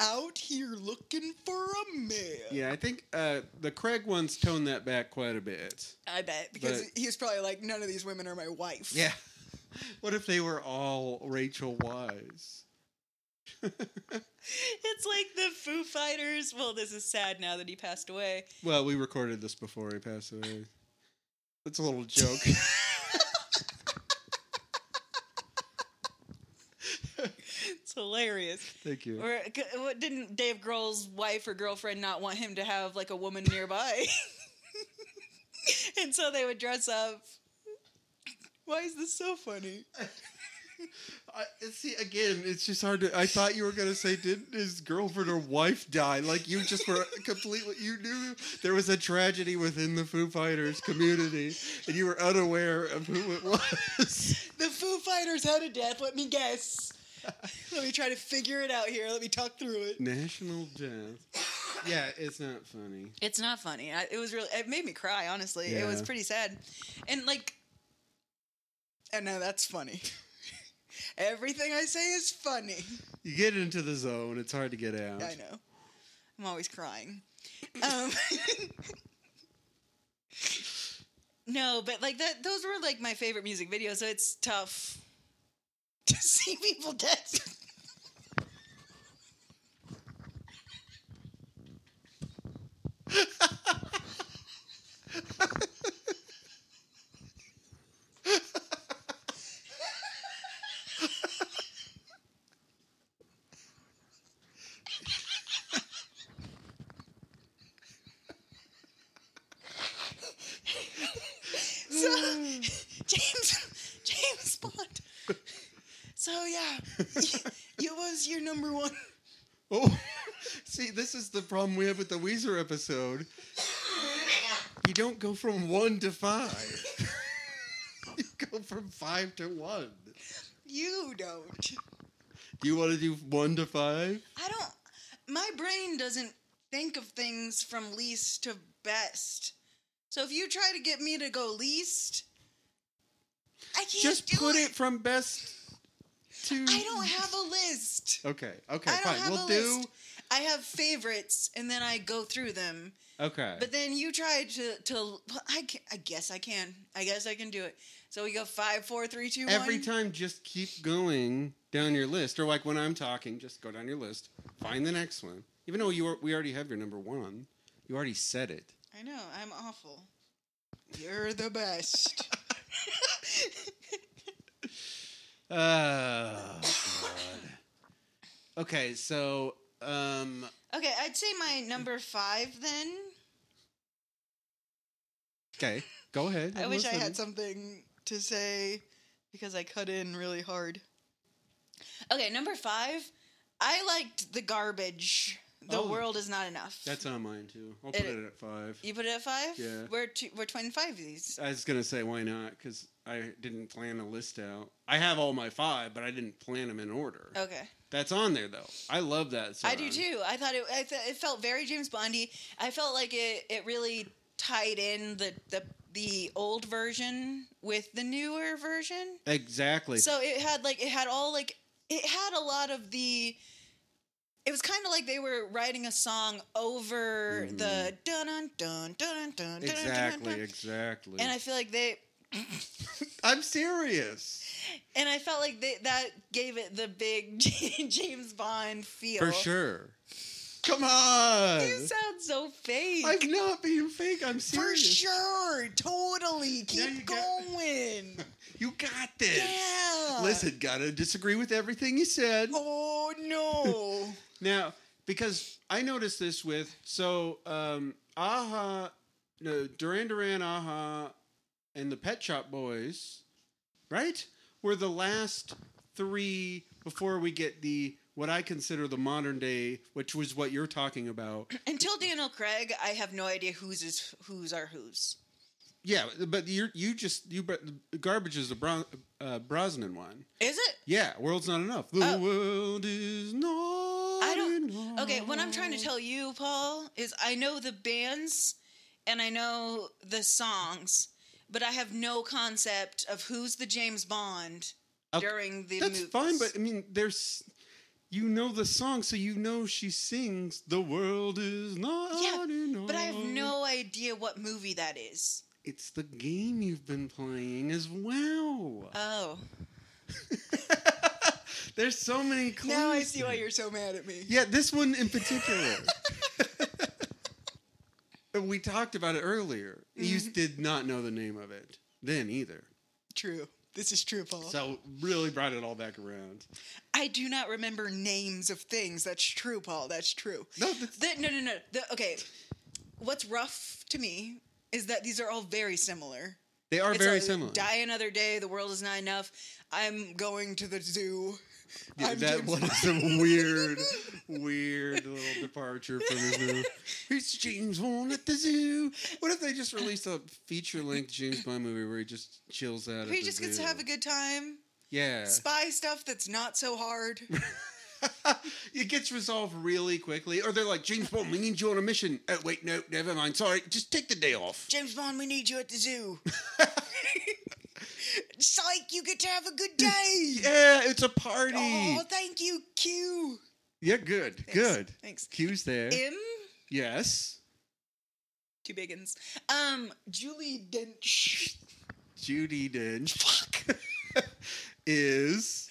out here looking for a man.
Yeah, I think uh, the Craig one's toned that back quite a bit.
I bet because
But-
he was probably like, none of these women are my wife.
Yeah. What if they were all Rachel Wise?
It's like the Foo Fighters. Well, this is sad now that he passed away.
Well, we recorded this before he passed away. That's a little joke.
It's hilarious.
Thank you.
Or c- what didn't Dave Grohl's wife or girlfriend not want him to have like a woman nearby? and so they would dress up.
Why is this so funny?
I, see, again, it's just hard to. I thought you were gonna say, didn't his girlfriend or wife die? Like you just were completely. You knew there was a tragedy within the Foo Fighters community, and you were unaware of who it was.
The Foo Fighters had a death. Let me guess. Let me try to figure it out here. Let me talk through it.
National Death. Yeah, it's not funny.
It's not funny. I, it was really. It made me cry. Honestly, it was
Yeah.
pretty sad, and like
And now that's funny. Everything I say is funny.
You get into the zone, it's hard to get out.
I know. I'm always crying. Um,
no, but like that. Those were like my favorite music videos. So it's tough to see people dead.
Mm.
James, James Bond. So yeah, you was your number one.
Oh, see, this is the problem we have with the Weezer episode. You don't go from one to five. you go from five to one.
You don't.
Do you want to do one to five?
I don't. My brain doesn't think of things from least to best. So if you try to get me to go least,
I can't
Just
do
put it
it.
from best to.
I don't have a list.
Okay. Okay.
I don't
Fine.
have
We'll
a
do.
list. I have favorites, and then I go through them.
Okay.
But then you try to to. I ca- I guess I can. I guess I can do it. So we go five, four, three, two, one.
Every time, just keep going down your list, or like when I'm talking, just go down your list, find the next one. Even though you are, we already have your number one, you already said it.
I know I'm awful.
You're the best.
Oh, God. Okay, so um,
Okay, I'd say my number five then.
okay, go ahead.
I
I'm
wish I
listening.
had something to say because I cut in really hard.
Okay, number five. I liked the garbage. The
Oh.
world is not enough.
That's on mine too. I'll put
It-
it, at five.
you put it at five.
Yeah.
We're two, we're twenty five of these.
I was gonna say why not because I didn't plan a list out. I have all my five, but I didn't plan them in order.
Okay.
That's on there though. I love that.
Oh. I do
song.
too. I thought it. I th- it felt very James Bondy. I felt like it. It really tied in the the the old version with the newer version.
Exactly.
So it had like it had all like it had a lot of the. It was kind of like they were writing a song over the dun dun dun dun dun dun dun
exactly.
dun.
Exactly.
And I feel like they
I'm serious.
and I felt like they, that gave it the big James Bond feel.
For sure. Come on.
You sound so fake.
I'm not being fake. I'm
For
serious.
sure, totally.
you
Keep
got-
going.
You got this.
yeah.
Listen, gotta disagree with everything you said.
Oh no.
Now, because I noticed this with so um Aha, no Duran Duran, Aha, and the Pet Shop Boys, right? Were the last three before we get the what I consider the modern day, which was what you're talking about.
Until Daniel Craig, I have no idea whose is whose are whose.
Yeah, but you you just you but garbage is the Bron, uh, Brosnan one.
Is it?
Yeah, world's not enough. The
Oh.
world is not
I don't.
enough.
Okay, what I'm trying to
Oh.
tell you, Paul, is I know the bands and I know the songs, but I have no concept of who's the James Bond
Okay,
during the
That's
movies.
fine, but I mean, there's you know the song, so you know she sings "The world is not
Yeah,
enough."
but I have no idea what movie that is.
It's the game you've been playing as well.
Oh,
there's so many clues.
Now I see why
there.
you're so mad at me.
Yeah, this one in particular. And we talked about it earlier.
Mm-hmm.
You did not know the name of it then either.
True. This is true, Paul.
So really brought it all back around.
I do not remember names of things. That's true, Paul. That's true.
No, that's,
the, no, no, no. The, okay,
What's rough to me is that these are all very similar.
they are
it's
very
a
similar.
Die another day. The world is not enough.
I'm going to the zoo.
Yeah,
I'm
that
James
was a weird, weird little departure from the zoo. It's James Bond at the zoo. What if they just released a feature length James Bond movie where he just chills out?
He
at
just
the
gets to
zoo?
have a good time.
Yeah.
Spy stuff that's not so hard.
it gets resolved really quickly. Or they're like, James Bond, we need you on a mission. Oh, wait, no, never mind. Sorry, just take the day off.
James Bond, we need you at the zoo. Psych, you get to have a good day.
Yeah, it's a party.
Oh, thank you, Q.
Yeah, good, good.
Thanks.
Q's there.
M.
yes.
Two biggins. Um, Julie Dench.
Judy Dench. Fuck. is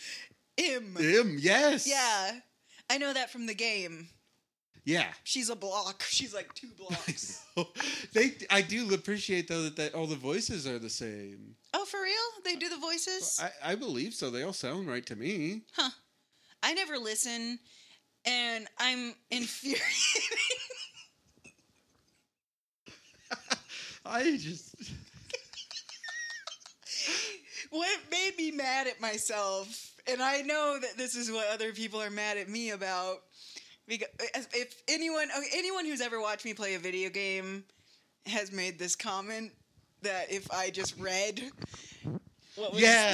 M.
him. Yes.
Yeah. I know that from the game.
Yeah.
She's a block. She's like two blocks.
they, I do appreciate though that, that all the voices are the same.
oh, for real? They do the voices?
I, I believe so. They all sound right to me.
I never listen, and I'm infuriated.
I just
what made me mad at myself, and I know that this is what other people are mad at me about. Because if anyone, okay, anyone who's ever watched me play a video game, has made this comment that if I just read, what was
yeah.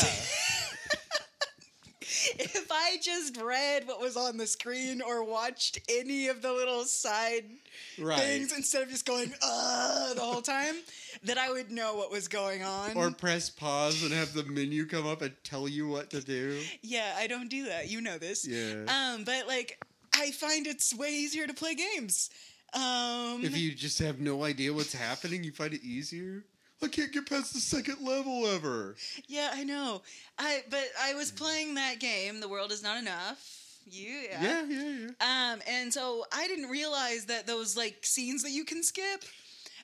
if I just read what was on the screen or watched any of the little side
right.
things instead of just going uh the whole time, that I would know what was going on.
Or press pause and have the menu come up and tell you what to do.
yeah, I don't do that. You know this.
Yeah.
Um, but like I find it's way easier to play games. Um
if you just have no idea what's happening, you find it easier. I can't get past the second level ever.
yeah, I know. I but I was playing that game, The World Is Not Enough. You
Yeah, yeah, yeah.
Um, and so I didn't realize that those like scenes that you can skip,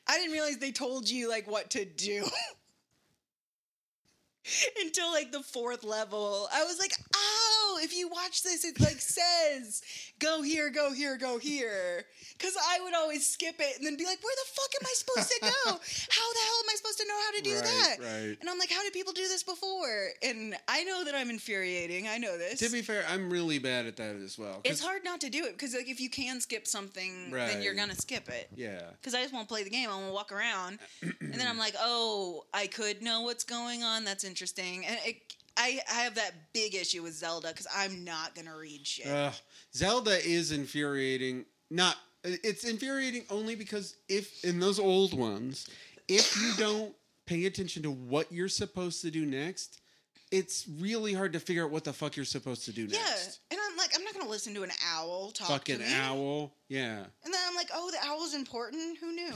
I didn't realize they told you like what to do. Until like the fourth level, I was like, "Oh, if you watch this, it like says go here, go here, go here." Because I would always skip it and then be like, "Where the fuck am I supposed to go? How the hell am I supposed to know how to do
right,
that?"
right.
And I'm like, "How did people do this before?" And I know that I'm infuriating. I know this.
To be fair, I'm really bad at that as well. 'cause-
It's hard not to do it because like if you can skip something, then you're
Right.
gonna skip it.
Yeah.
Because I just won't play the game. I want to walk around, and then I'm like, oh, I could know what's going on. That's interesting. And it, I I have that big issue with Zelda because I'm not gonna read shit.
Ugh. Zelda is infuriating. Not it's infuriating only because if in those old ones, if you don't pay attention to what you're supposed to do next, it's really hard to figure out what the fuck you're supposed to do
yeah,
next.
and I'm like, I'm not gonna listen to an owl talk
Fucking
to me.
owl. Yeah.
And then I'm like, oh, the owl's important. Who knew?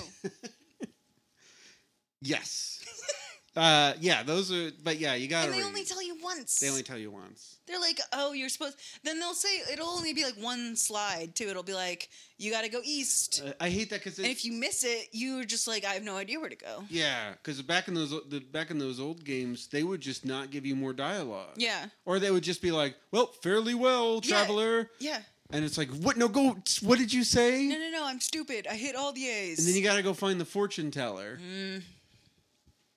Yes. uh yeah, those are but yeah, you gotta
and they
read.
only tell you once.
they only tell you once.
They're like, oh, you're supposed. Then they'll say it'll only be like one slide too. It'll be like, you got to go east.
Uh, I hate that because
And if you miss it, you're just like, I have no idea where to go.
yeah, because back in those o- the back in those old games, they would just not give you more dialogue.
Yeah.
Or they would just be like, "Well, fairly well,
Yeah.
traveler,"
Yeah.
and it's like, "What? No, go. What did you say?"
No, no, no. I'm stupid. I hit all the A's.
And then you got to go find the fortune teller.
Mm.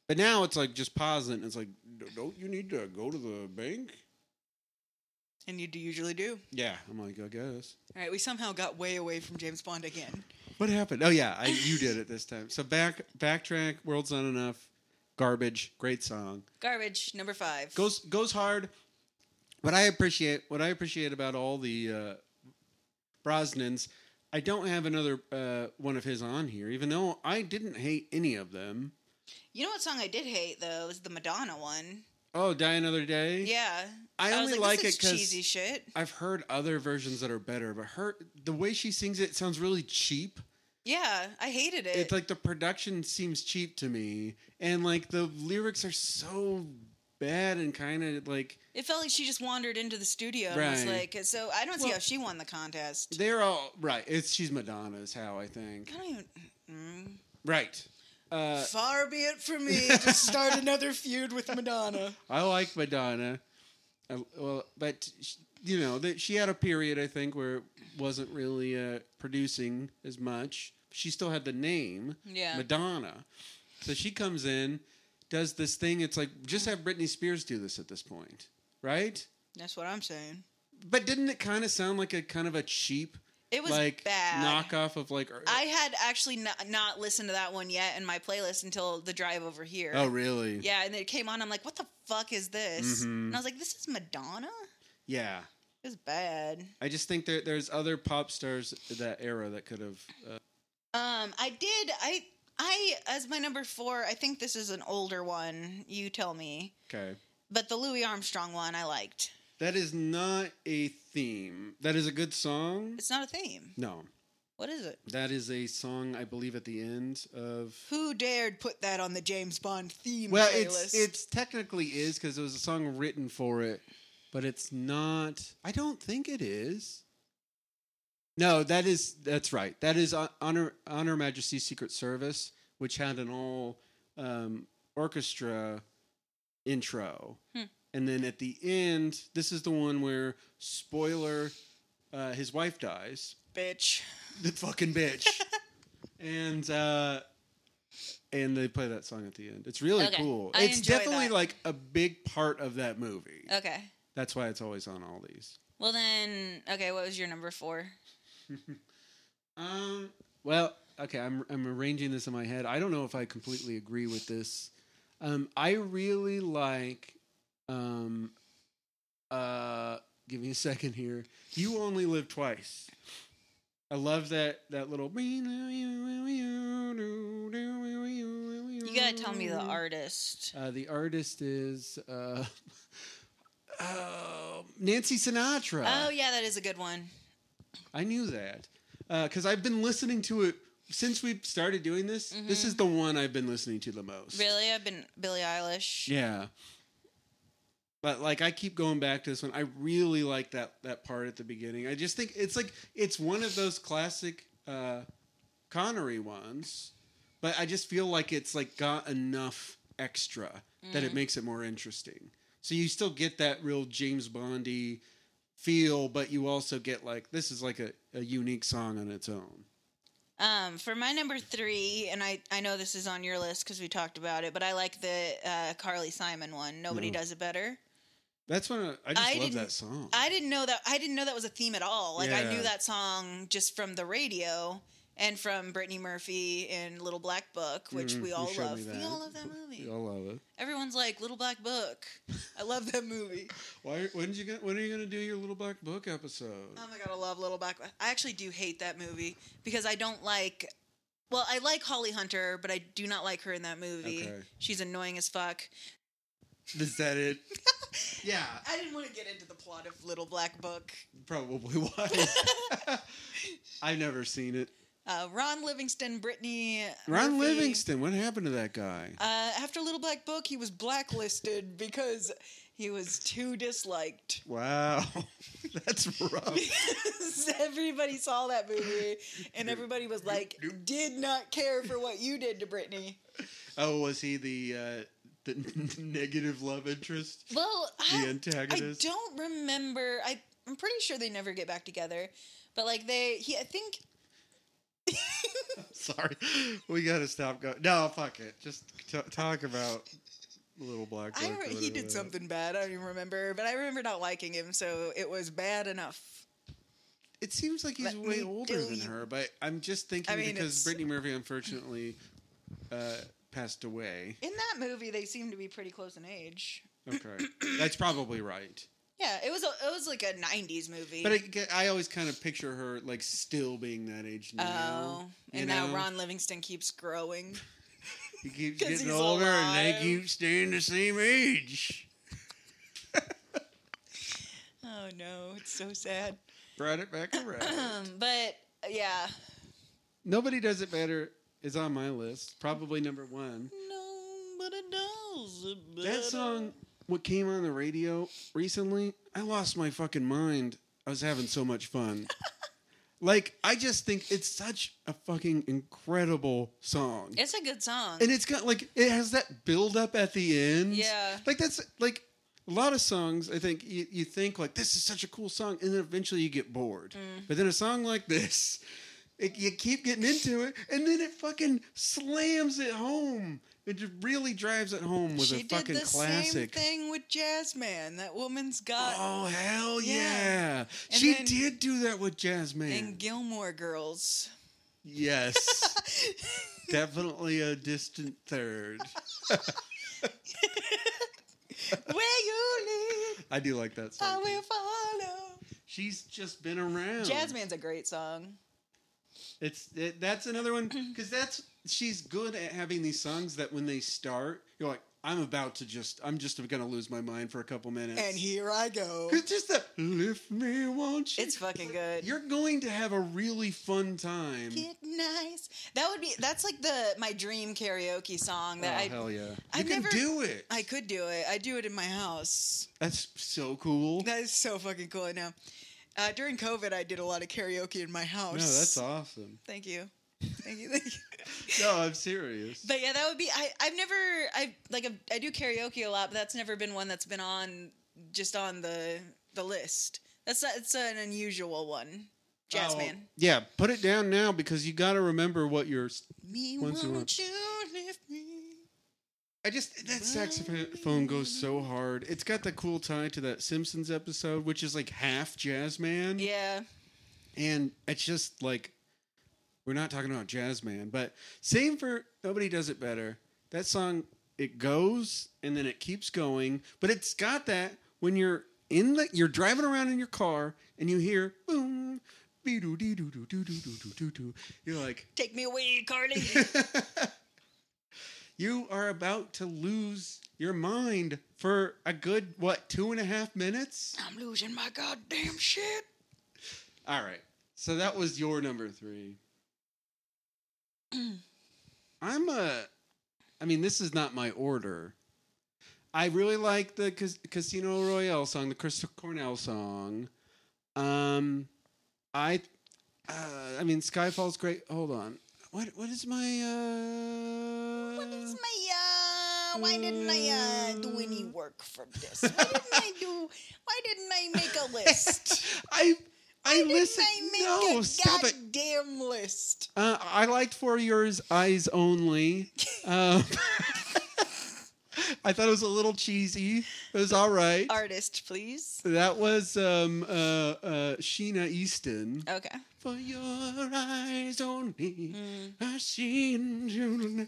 But now it's like just pause it, and it's like, "D- "Don't you need to go to the bank?"
and you do usually do.
Yeah, I'm like, I guess.
All right. We somehow got way away from James Bond again.
What happened? Oh yeah, I, you did it this time. So back backtrack. World's not enough. Garbage. Great song.
Garbage number five.
goes goes hard. What I appreciate, what I appreciate about all the uh, Brosnans, I don't have another uh, one of his on here, even though I didn't hate any of them.
You know what song I did hate though was the Madonna one.
Oh, die another day.
Yeah.
I
was
only like
this
it
is
'cause-
cheesy shit.
I've heard other versions that are better, but her the way she sings it sounds really cheap.
Yeah, I hated it.
It's like the production seems cheap to me, and like the lyrics are so bad and kind of like
it felt like she just wandered into the studio and was
Right.
like, uh, so I don't see
Well-
how she won the contest.
they're all right. It's she's Madonna's how I think
I don't even. Mm.
right. Uh,
Far be it from me to start another feud with Madonna.
I like Madonna. I, well, but sh- you know that she had a period I think where it wasn't really uh, producing as much. She still had the name
Yeah.
Madonna, so she comes in, does this thing. It's like just have Britney Spears do this at this point, right?
That's what I'm saying.
But didn't it kind of sound like a kind of a cheap
It was
like
bad.
knockoff of like. er-
I had actually not, not listened to that one yet in my playlist until the drive over here.
oh really?
Yeah, and it came on. I'm like, what the fuck is this?
Mhm.
And I was like, this is Madonna?
Yeah.
It was bad.
I just think there there's other pop stars that era that could have. Uh,
Um, I did. I I as my number four. I think this is an older one. You tell me.
okay.
But the Louis Armstrong one, I liked.
That is not a theme. That is a good song.
It's not a theme.
No,
What is it?
that is a song I believe at the end of.
Who dared put that on the James Bond theme
Well,
playlist?
it's it's technically is because it was a song written for it, but it's not. I don't think it is. No, that is that's right. That is Hon- honor honor Majesty's Secret Service, which had an all um, orchestra intro,
Hmm.
and then at the end, this is the one where spoiler, uh, his wife dies
bitch.
the fucking bitch. and uh and they play that song at the end. It's really
Okay.
cool.
I
it's
enjoy
definitely
that. Uh,
like a big part of that movie.
Okay.
That's why it's always on all these.
Well then, okay. What was your number four?
Um well, okay, I'm I'm arranging this in my head. I don't know if I completely agree with this. Um I really like um uh give me a second here. You only live twice. I love that that little You
You gotta tell me the artist.
Uh, the artist is uh, oh, Nancy Sinatra.
Oh yeah, that is a good one.
I knew that because I've been listening to it since we started doing this. This is the one I've been listening to the most.
Really, I've been Billie Eilish.
Yeah. But like I keep going back to this one. I really like that that part at the beginning. I just think it's like it's one of those classic uh Connery ones, but I just feel like it's like got enough extra that
Mm-hmm.
it makes it more interesting. So you still get that real James Bondy feel, but you also get like this is like a, a unique song on its own.
Um, for my number three, and I, I know this is on your list because we talked about it, but I like the uh, Carly Simon one. Nobody
Mhm.
does it better.
That's when I, I just
I
love
didn't-
that song.
I didn't know that. I didn't know that was a theme at all. Like I
Yeah.
knew that song just from the radio and from Brittany Murphy in Little Black Book, which
Mhm,
we
you
all
showed
love.
me
We
that.
all love that movie.
I love it.
Everyone's like Little Black Book. I love that movie.
Why? When you get? When are you gonna do your little black book episode?
Oh my god, I love Little Black. Book. I actually do hate that movie because I don't like. Well, I like Holly Hunter, but I do not like her in that movie.
Okay.
She's annoying as fuck.
Is that it? yeah,
I didn't want to get into the plot of Little Black Book.
probably was. I've never seen it.
Uh, Ron Livingston, Brittany.
Ron
Murphy.
Livingston. What happened to that guy?
Uh, after Little Black Book, he was blacklisted because he was too disliked.
Wow, that's rough.
everybody saw that movie, and everybody was like, did not care for what you did to Brittany.
Oh, was he the uh, the negative love interest,
Well,
the
I, I
antagonist?
don't remember. I, I'm pretty sure they never get back together, but like they, he, I think
Sorry, we gotta stop going. No, fuck it. Just t- talk about little black.
I
Book or
don't, he
whatever.
did something bad. I don't even remember, but I remember not liking him, so it was bad enough.
It seems like he's
Let
way
me
older
do
than
you-
her, but I'm just thinking
I mean,
because
it's-
Brittany Murphy unfortunately uh, passed away.
In that movie, they seem to be pretty close in age.
Okay, that's probably right.
Yeah, it was a, it was like a '90s movie.
But I, I always kind of picture her like still being that age now.
oh,
you
and now
know?
Ron Livingston keeps growing.
he keeps
'cause
getting
he's
older, and they
alive.
keep staying the same age.
Oh no, it's so sad.
Brought it back around.
but yeah,
Nobody does it better is on my list. Probably number one.
nobody does it better.
That song, what came on the radio recently, I lost my fucking mind. I was having so much fun. like, I just think it's such a fucking incredible song.
It's a good song.
and it's got like it has that build up at the end.
Yeah.
Like that's like a lot of songs I think you, you think like this is such a cool song and then eventually you get bored.
Mm.
But then a song like this it, you keep getting into it and then it fucking slams it home. It just really drives it home with
she
a
did
fucking
the same
classic.
thing with Jazzman. That woman's got
Oh hell yeah!
Yeah. And
She
then-
did do that with Jasmine.
and Gilmore Girls.
yes, definitely a distant third.
Where you lead,
I do like that song.
I
too.
will follow.
She's just been around.
Jazzman's a great song.
It's it, that's another one because that's she's good at having these songs that when they start, you're like, I'm about to just, I'm just gonna lose my mind for a couple minutes.
And here I go.
it's just that lift me, won't you?
It's fucking good.
You're going to have a really fun time.
Get nice.
That would be that's like the my dream karaoke song
oh
that I
hell yeah! You
I've
can
never-
do it.
I could do it. I do it in my house.
That's so cool.
That is so fucking cool. I know. Uh, during COVID, I did a lot of karaoke in my house.
no, that's awesome.
Thank you. Thank you. Thank you.
No, I'm serious.
But yeah, that would be. I I've never I like i I do karaoke a lot, but that's never been one that's been on just on the the list. That's not, it's an unusual one. Jazz
Oh,
man.
Yeah, put it down now because you got to remember what you're.
Me,
Once you
won't you lift me?
I just that saxophone goes so hard. It's got the cool tie to that Simpsons episode, which is like half jazz man,
Yeah.
and it's just like we're not talking about jazz man, but same for nobody does it better. That song it goes and then it keeps going, but it's got that when you're in the you're driving around in your car and you hear boom. be-do-dee-doo-doo-doo-doo-doo-doo-doo. You're like,
Take me away, Carly.
you are about to lose your mind for a good what two and a half minutes
I'm losing my goddamn shit.
all right so that was your number three i'm a i mean this is not my order i really like the Cas- casino royale song the chris cornell song um i uh, i mean skyfall's great hold on what what is my uh
What is my uh? Why didn't I uh, do
Mm.
any work for this? Why didn't I do? Why didn't I make a list?
I I
Why
listen.
Didn't I make
No,
a
stop it.
goddamn list.
Uh, I liked for yours eyes only. Um, I thought it was a little cheesy. It was all right.
Artist, please.
That was um, uh, uh, Sheena Easton.
Okay.
For your eyes only,
Hmm.
I've seen you.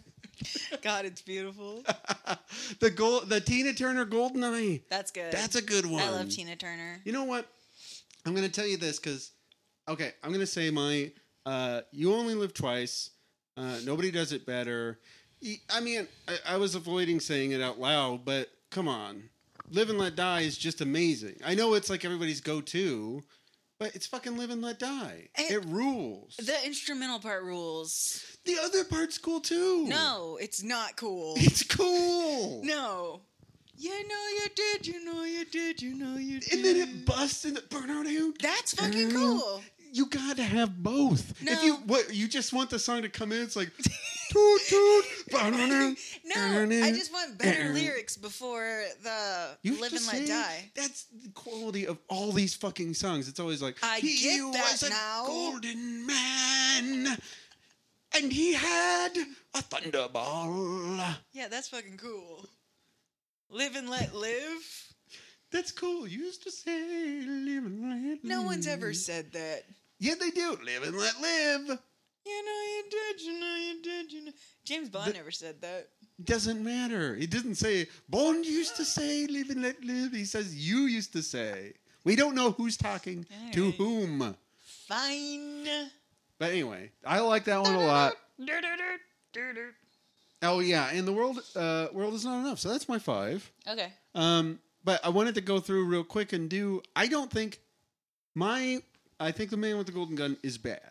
God, it's beautiful.
the gold, the Tina Turner Golden Eye.
That's good.
That's a good one.
I love Tina Turner.
You know what? I'm gonna tell you this because, okay, I'm gonna say my uh, "You Only Live Twice." Uh, Nobody does it better. E- I mean, I, I was avoiding saying it out loud, but come on, "Live and Let Die" is just amazing. I know it's like everybody's go-to, but it's fucking "Live and Let Die."
And-
it rules.
The instrumental part rules.
the other part's cool too.
No, it's
It's not cool.
it's cool.
No. You know you did. You know you did. You know you did.
And then it busts in the burnout out.
That's fucking cool.
you got to have both. If
No.
you what you just want the song to come in, it's like toot toot. ba-da-da,
no. I
da-da-da.
just want better
Uh-uh.
lyrics before the
You've
"Live and
just
Let
said
Die."
That's the quality of all these fucking songs. It's always like
I
he
get that
was a
now."
golden man, and he had a thunderball.
Yeah, that's fucking cool. Live and let live.
That's cool. You used to say live and let.
No one's ever
live.
said that.
Yeah, they do. Live and let live.
You know you did, you know you did, you know. James Bond
The-
never said that.
doesn't matter. He didn't say Bond used to say live and let live. He says you used to say. We don't know who's talking to
Alright.
whom.
Fine.
But anyway, I like that one a lot. Oh yeah, and the world uh, world is not enough. So that's my five.
Okay.
Um, but I wanted to go through real quick and do. I don't think my. I think the man with the golden gun is bad.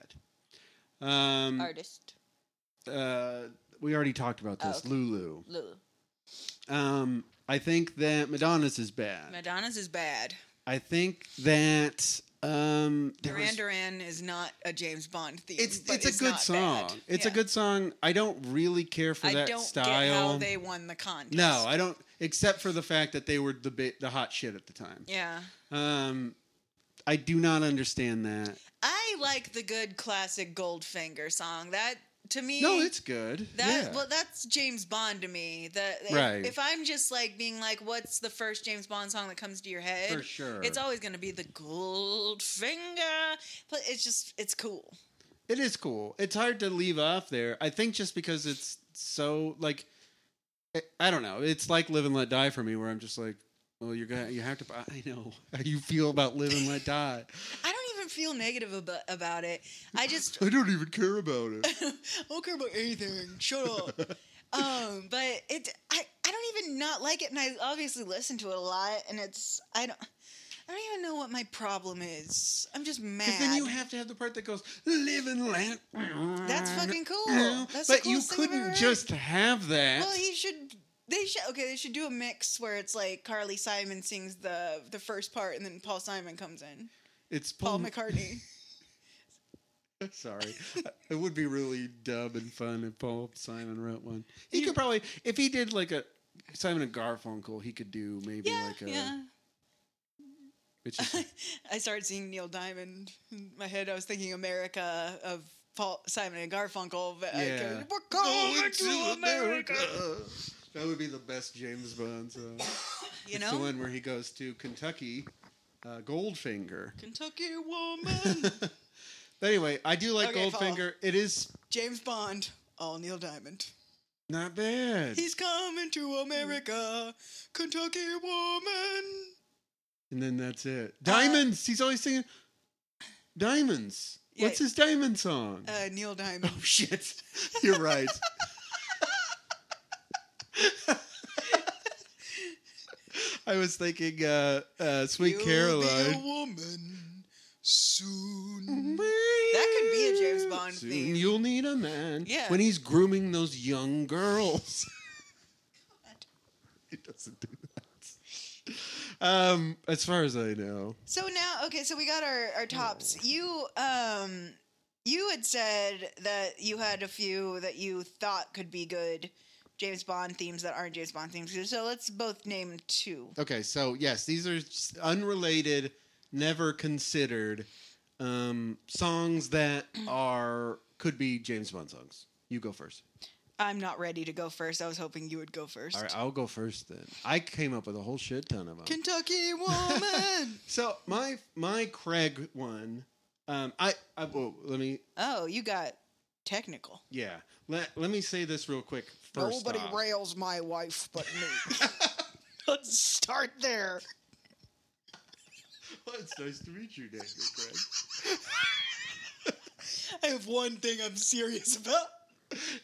Um,
Artist
uh, we already talked about this.
okay.
Lulu.
Lulu.
Um, I think that Madonna's is
Uh,
bad.
Madonna's is bad.
I think that um, there
Duran
was-
Duran is not a James Bond theme.
it's
but
it's a good
not
song.
bad.
It's a
Yeah.
good song. I don't really care for
I
that
don't
style.
get how they won the contest.
no, I don't. Except for the fact that they were the ba- the hot shit at the time.
yeah.
Um, I do not understand that.
I like the good classic Goldfinger song. That
to me
No, it's good.
that
yeah.
well that's James Bond to me. That if,
Right.
if I'm just like being like, what's the first James Bond song that comes to your head?
for sure.
It's always gonna be the gold finger. But it's just it's cool.
It is cool. It's hard to leave off there. I think just because it's so like, I- I don't know. It's like Live and Let Die for me, where I'm just like, well, you're gonna, you have to. I know how you feel about Live and Let Die.
I don't even feel negative about, about it. I just
I don't even care about it.
I don't care about anything. Shut up. um, but it I, I don't even not like it and I obviously listen to it a lot and it's I don't I don't even know what my problem is. I'm just mad.
Because then you have to have the part that goes Live and Let.
That's fucking cool.
Yeah.
That's the
but you
coolest thing I've ever
couldn't
heard.
just have that.
Well, he should. They should. Okay, they should do a mix where it's like Carly Simon sings the the first part, and then Paul Simon comes in.
it's
Paul McCartney.
Sorry, it would be really dumb and fun if Paul Simon wrote one. He could probably, if he did like a Simon and Garfunkel, he could do maybe
yeah,
like a.
yeah.
It's just,
I started seeing Neil Diamond in my head. I was thinking America of Paul Simon and Garfunkel. But I
Yeah.
could- We're
Oh,
going to Oh, America.
That would be the best James Bond song.
You
it's the
know,
one where he goes to Kentucky, uh, Goldfinger.
Kentucky woman,
but anyway, I do like
Okay, Paul.
Goldfinger. It is
James Bond, all Neil Diamond.
not bad.
He's coming to America, Kentucky woman.
And then that's it.
Uh,
Diamonds. He's always singing Diamonds.
Yeah.
What's his diamond song?
Uh, Neil Diamond.
oh shit. You're right. I was thinking uh, uh, Sweet
You'll be a
Caroline.
woman soon.
That
could be a James Bond theme.
You'll need a man.
Yeah.
When he's grooming those young girls. he doesn't do that. Um, as far as I know.
So now, okay, so we got our, our tops. You um you had said that you had a few that you thought could be good James Bond themes that aren't James Bond themes. So let's both name two.
Okay, so yes, these are s- unrelated, never considered um, songs that are could be James Bond songs. You go first.
I'm not ready to go first. I was hoping you would go first.
All right, I'll go first then. I came up with a whole shit ton of them.
Kentucky woman.
so my my Craig one, um, I, I whoa, let me
oh, you got technical.
yeah let let me say this real quick first.
Nobody
off.
rails my wife but me. Let's start there.
Well, it's nice to meet you, Daniel Craig.
I have one thing I'm serious about.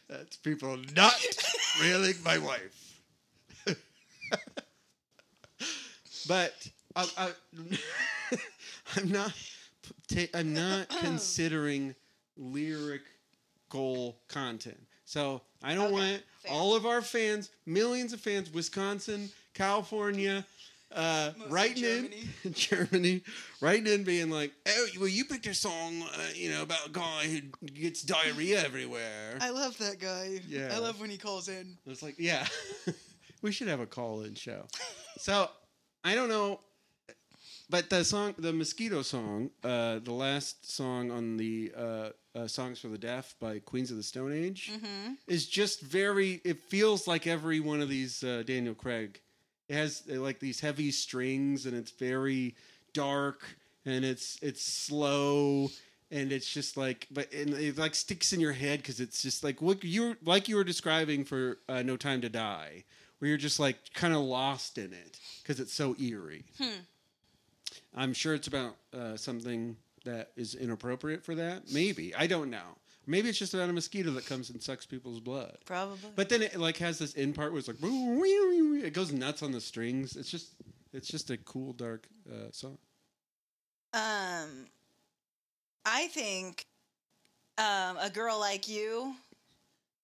That's people not railing my wife. but I, I, I'm not. ta- I'm not considering lyrical content. So I
Okay,
don't want
fair.
all of our fans, millions of fans, Wisconsin, California, uh,
Mostly
writing in Germany, writing in, being like, "Oh, well, you picked a song, uh, you know, about a guy who gets diarrhea everywhere."
I love that guy.
Yeah.
I love when he calls in.
It's like, yeah, we should have a call-in show. so I don't know, but the song, the mosquito song, uh, the last song on the uh, uh, songs for the deaf by Queens of the Stone Age,
Mm-hmm.
is just very. It feels like every one of these uh, Daniel Craig. It has uh, like these heavy strings, and it's very dark, and it's it's slow, and it's just like, but and it like sticks in your head because it's just like what you like you were describing for uh, No Time to Die, where you're just like kind of lost in it because it's so eerie. I'm sure it's about uh, something that is inappropriate for that. Maybe I don't know. Maybe it's just about a mosquito that comes and sucks people's blood.
Probably.
But then it like has this end part where it's like it goes nuts on the strings. It's just it's just a cool dark uh, song.
Um, I think um, a girl like you.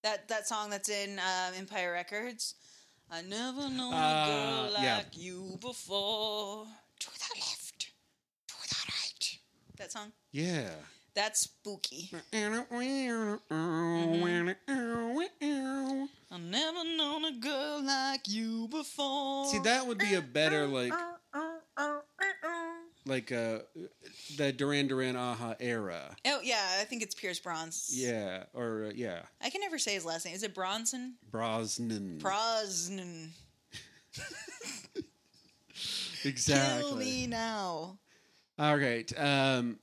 That that song that's in um, Empire Records. I never known a
Uh,
girl
yeah.
like you before. To the left, to the right. That song.
Yeah.
That's spooky. I never known a girl like you before.
See, that would be a better like. like uh the Duran Duran Aha era.
Oh yeah, I think it's Pierce Bronson.
Yeah, or uh, yeah,
I can never say his last name. Is it Bronson?
Brosnan.
Brosnan.
exactly.
Kill me now.
All right. Um,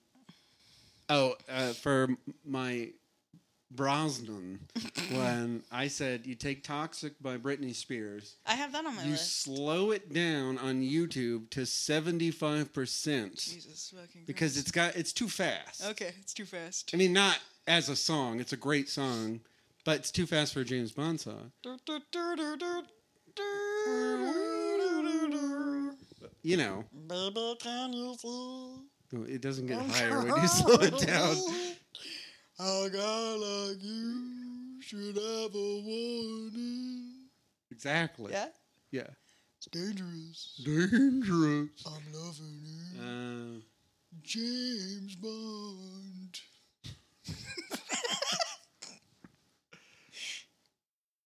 oh, uh, for my Brosnan, when I said you take "Toxic" by Britney Spears,
I have that on my
you
list.
slow it down on YouTube to seventy-five percent
Jesus fucking. Christ.
because it's got it's too fast.
okay, it's too fast.
I mean, not as a song; it's a great song, but it's too fast for a James Bond song. You know,
Baby, can you see?
it doesn't get higher when you slow it down.
A guy like you should have a warning.
Exactly.
Yeah.
Yeah.
It's dangerous.
Dangerous.
I'm loving it.
Uh,
James Bond.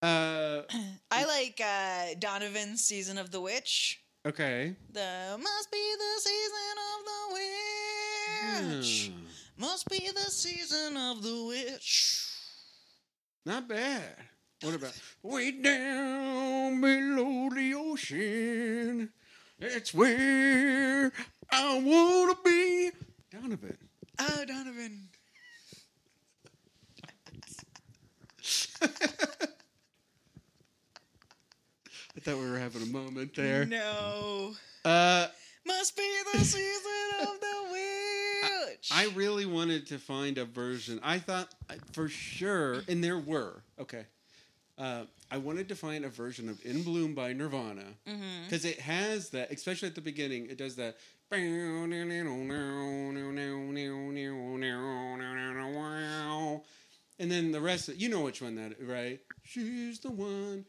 uh,
I like uh, Donovan's season of the witch.
okay.
The must be the season of the witch.
Hmm.
Must be the season of the witch.
Not bad. What about way down below the ocean? That's where I wanna be. Donovan.
Oh, Donovan.
I thought we were having a moment there.
No.
Uh,
Must be the season of the witch.
I really wanted to find a version. I thought I- for sure, and there were. Okay. Uh, I wanted to find a version of In Bloom by Nirvana
Mm-hmm.
because it has that, especially at the beginning, it does that. And then the rest, of, you know which one that, right? She's the one.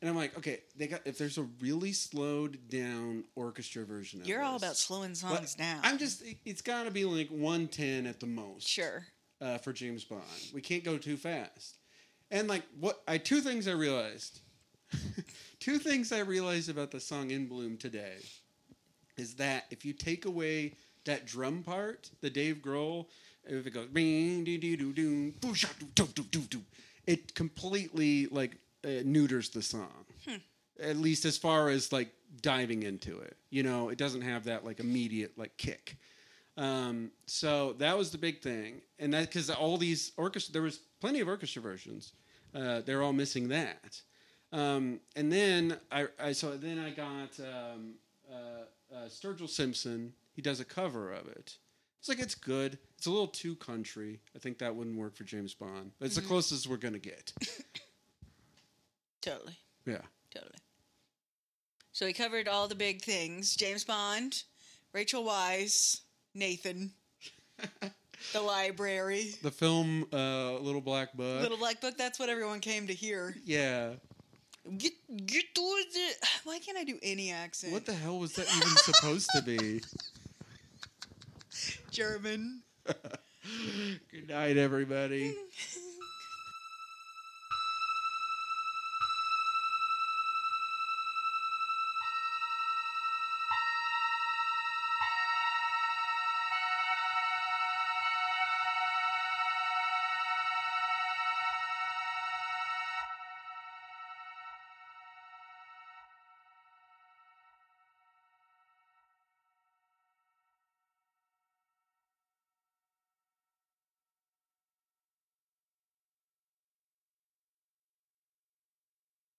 And I'm like, okay, they got if there's a really slowed down orchestra version of
You're all
this-
about slowing
well,
songs down.
I'm just. it- It's got to be like 110 at the most.
sure.
Uh, for James Bond, we can't go too fast. And like what I two things I realized. two things I realized about the song In Bloom today is that if you take away that drum part, the Dave Grohl, if it goes bing, dee, dee, doo, doo, boo, sha, doo, doo, doo, doo, doo, it completely like uh, neuters the song. At least as far as like diving into it, you know, it doesn't have that like immediate like kick. Um, so that was the big thing, and that because all these orchestra, there was plenty of orchestra versions. Uh, they're all missing that. Um, and then I, I so then I got um, uh, uh, Sturgill Simpson. He does a cover of it. It's like it's good. It's a little too country. I think that wouldn't work for James Bond. But it's the closest we're gonna get.
Totally.
Yeah.
Totally. So he covered all the big things James Bond, Rachel Wise, Nathan, the library.
The film uh, Little Black Book.
Little Black Book, that's what everyone came to hear.
yeah.
Get get towards it. Why can't I do any accent?
What the hell was that even supposed to be?
German.
Good night, everybody.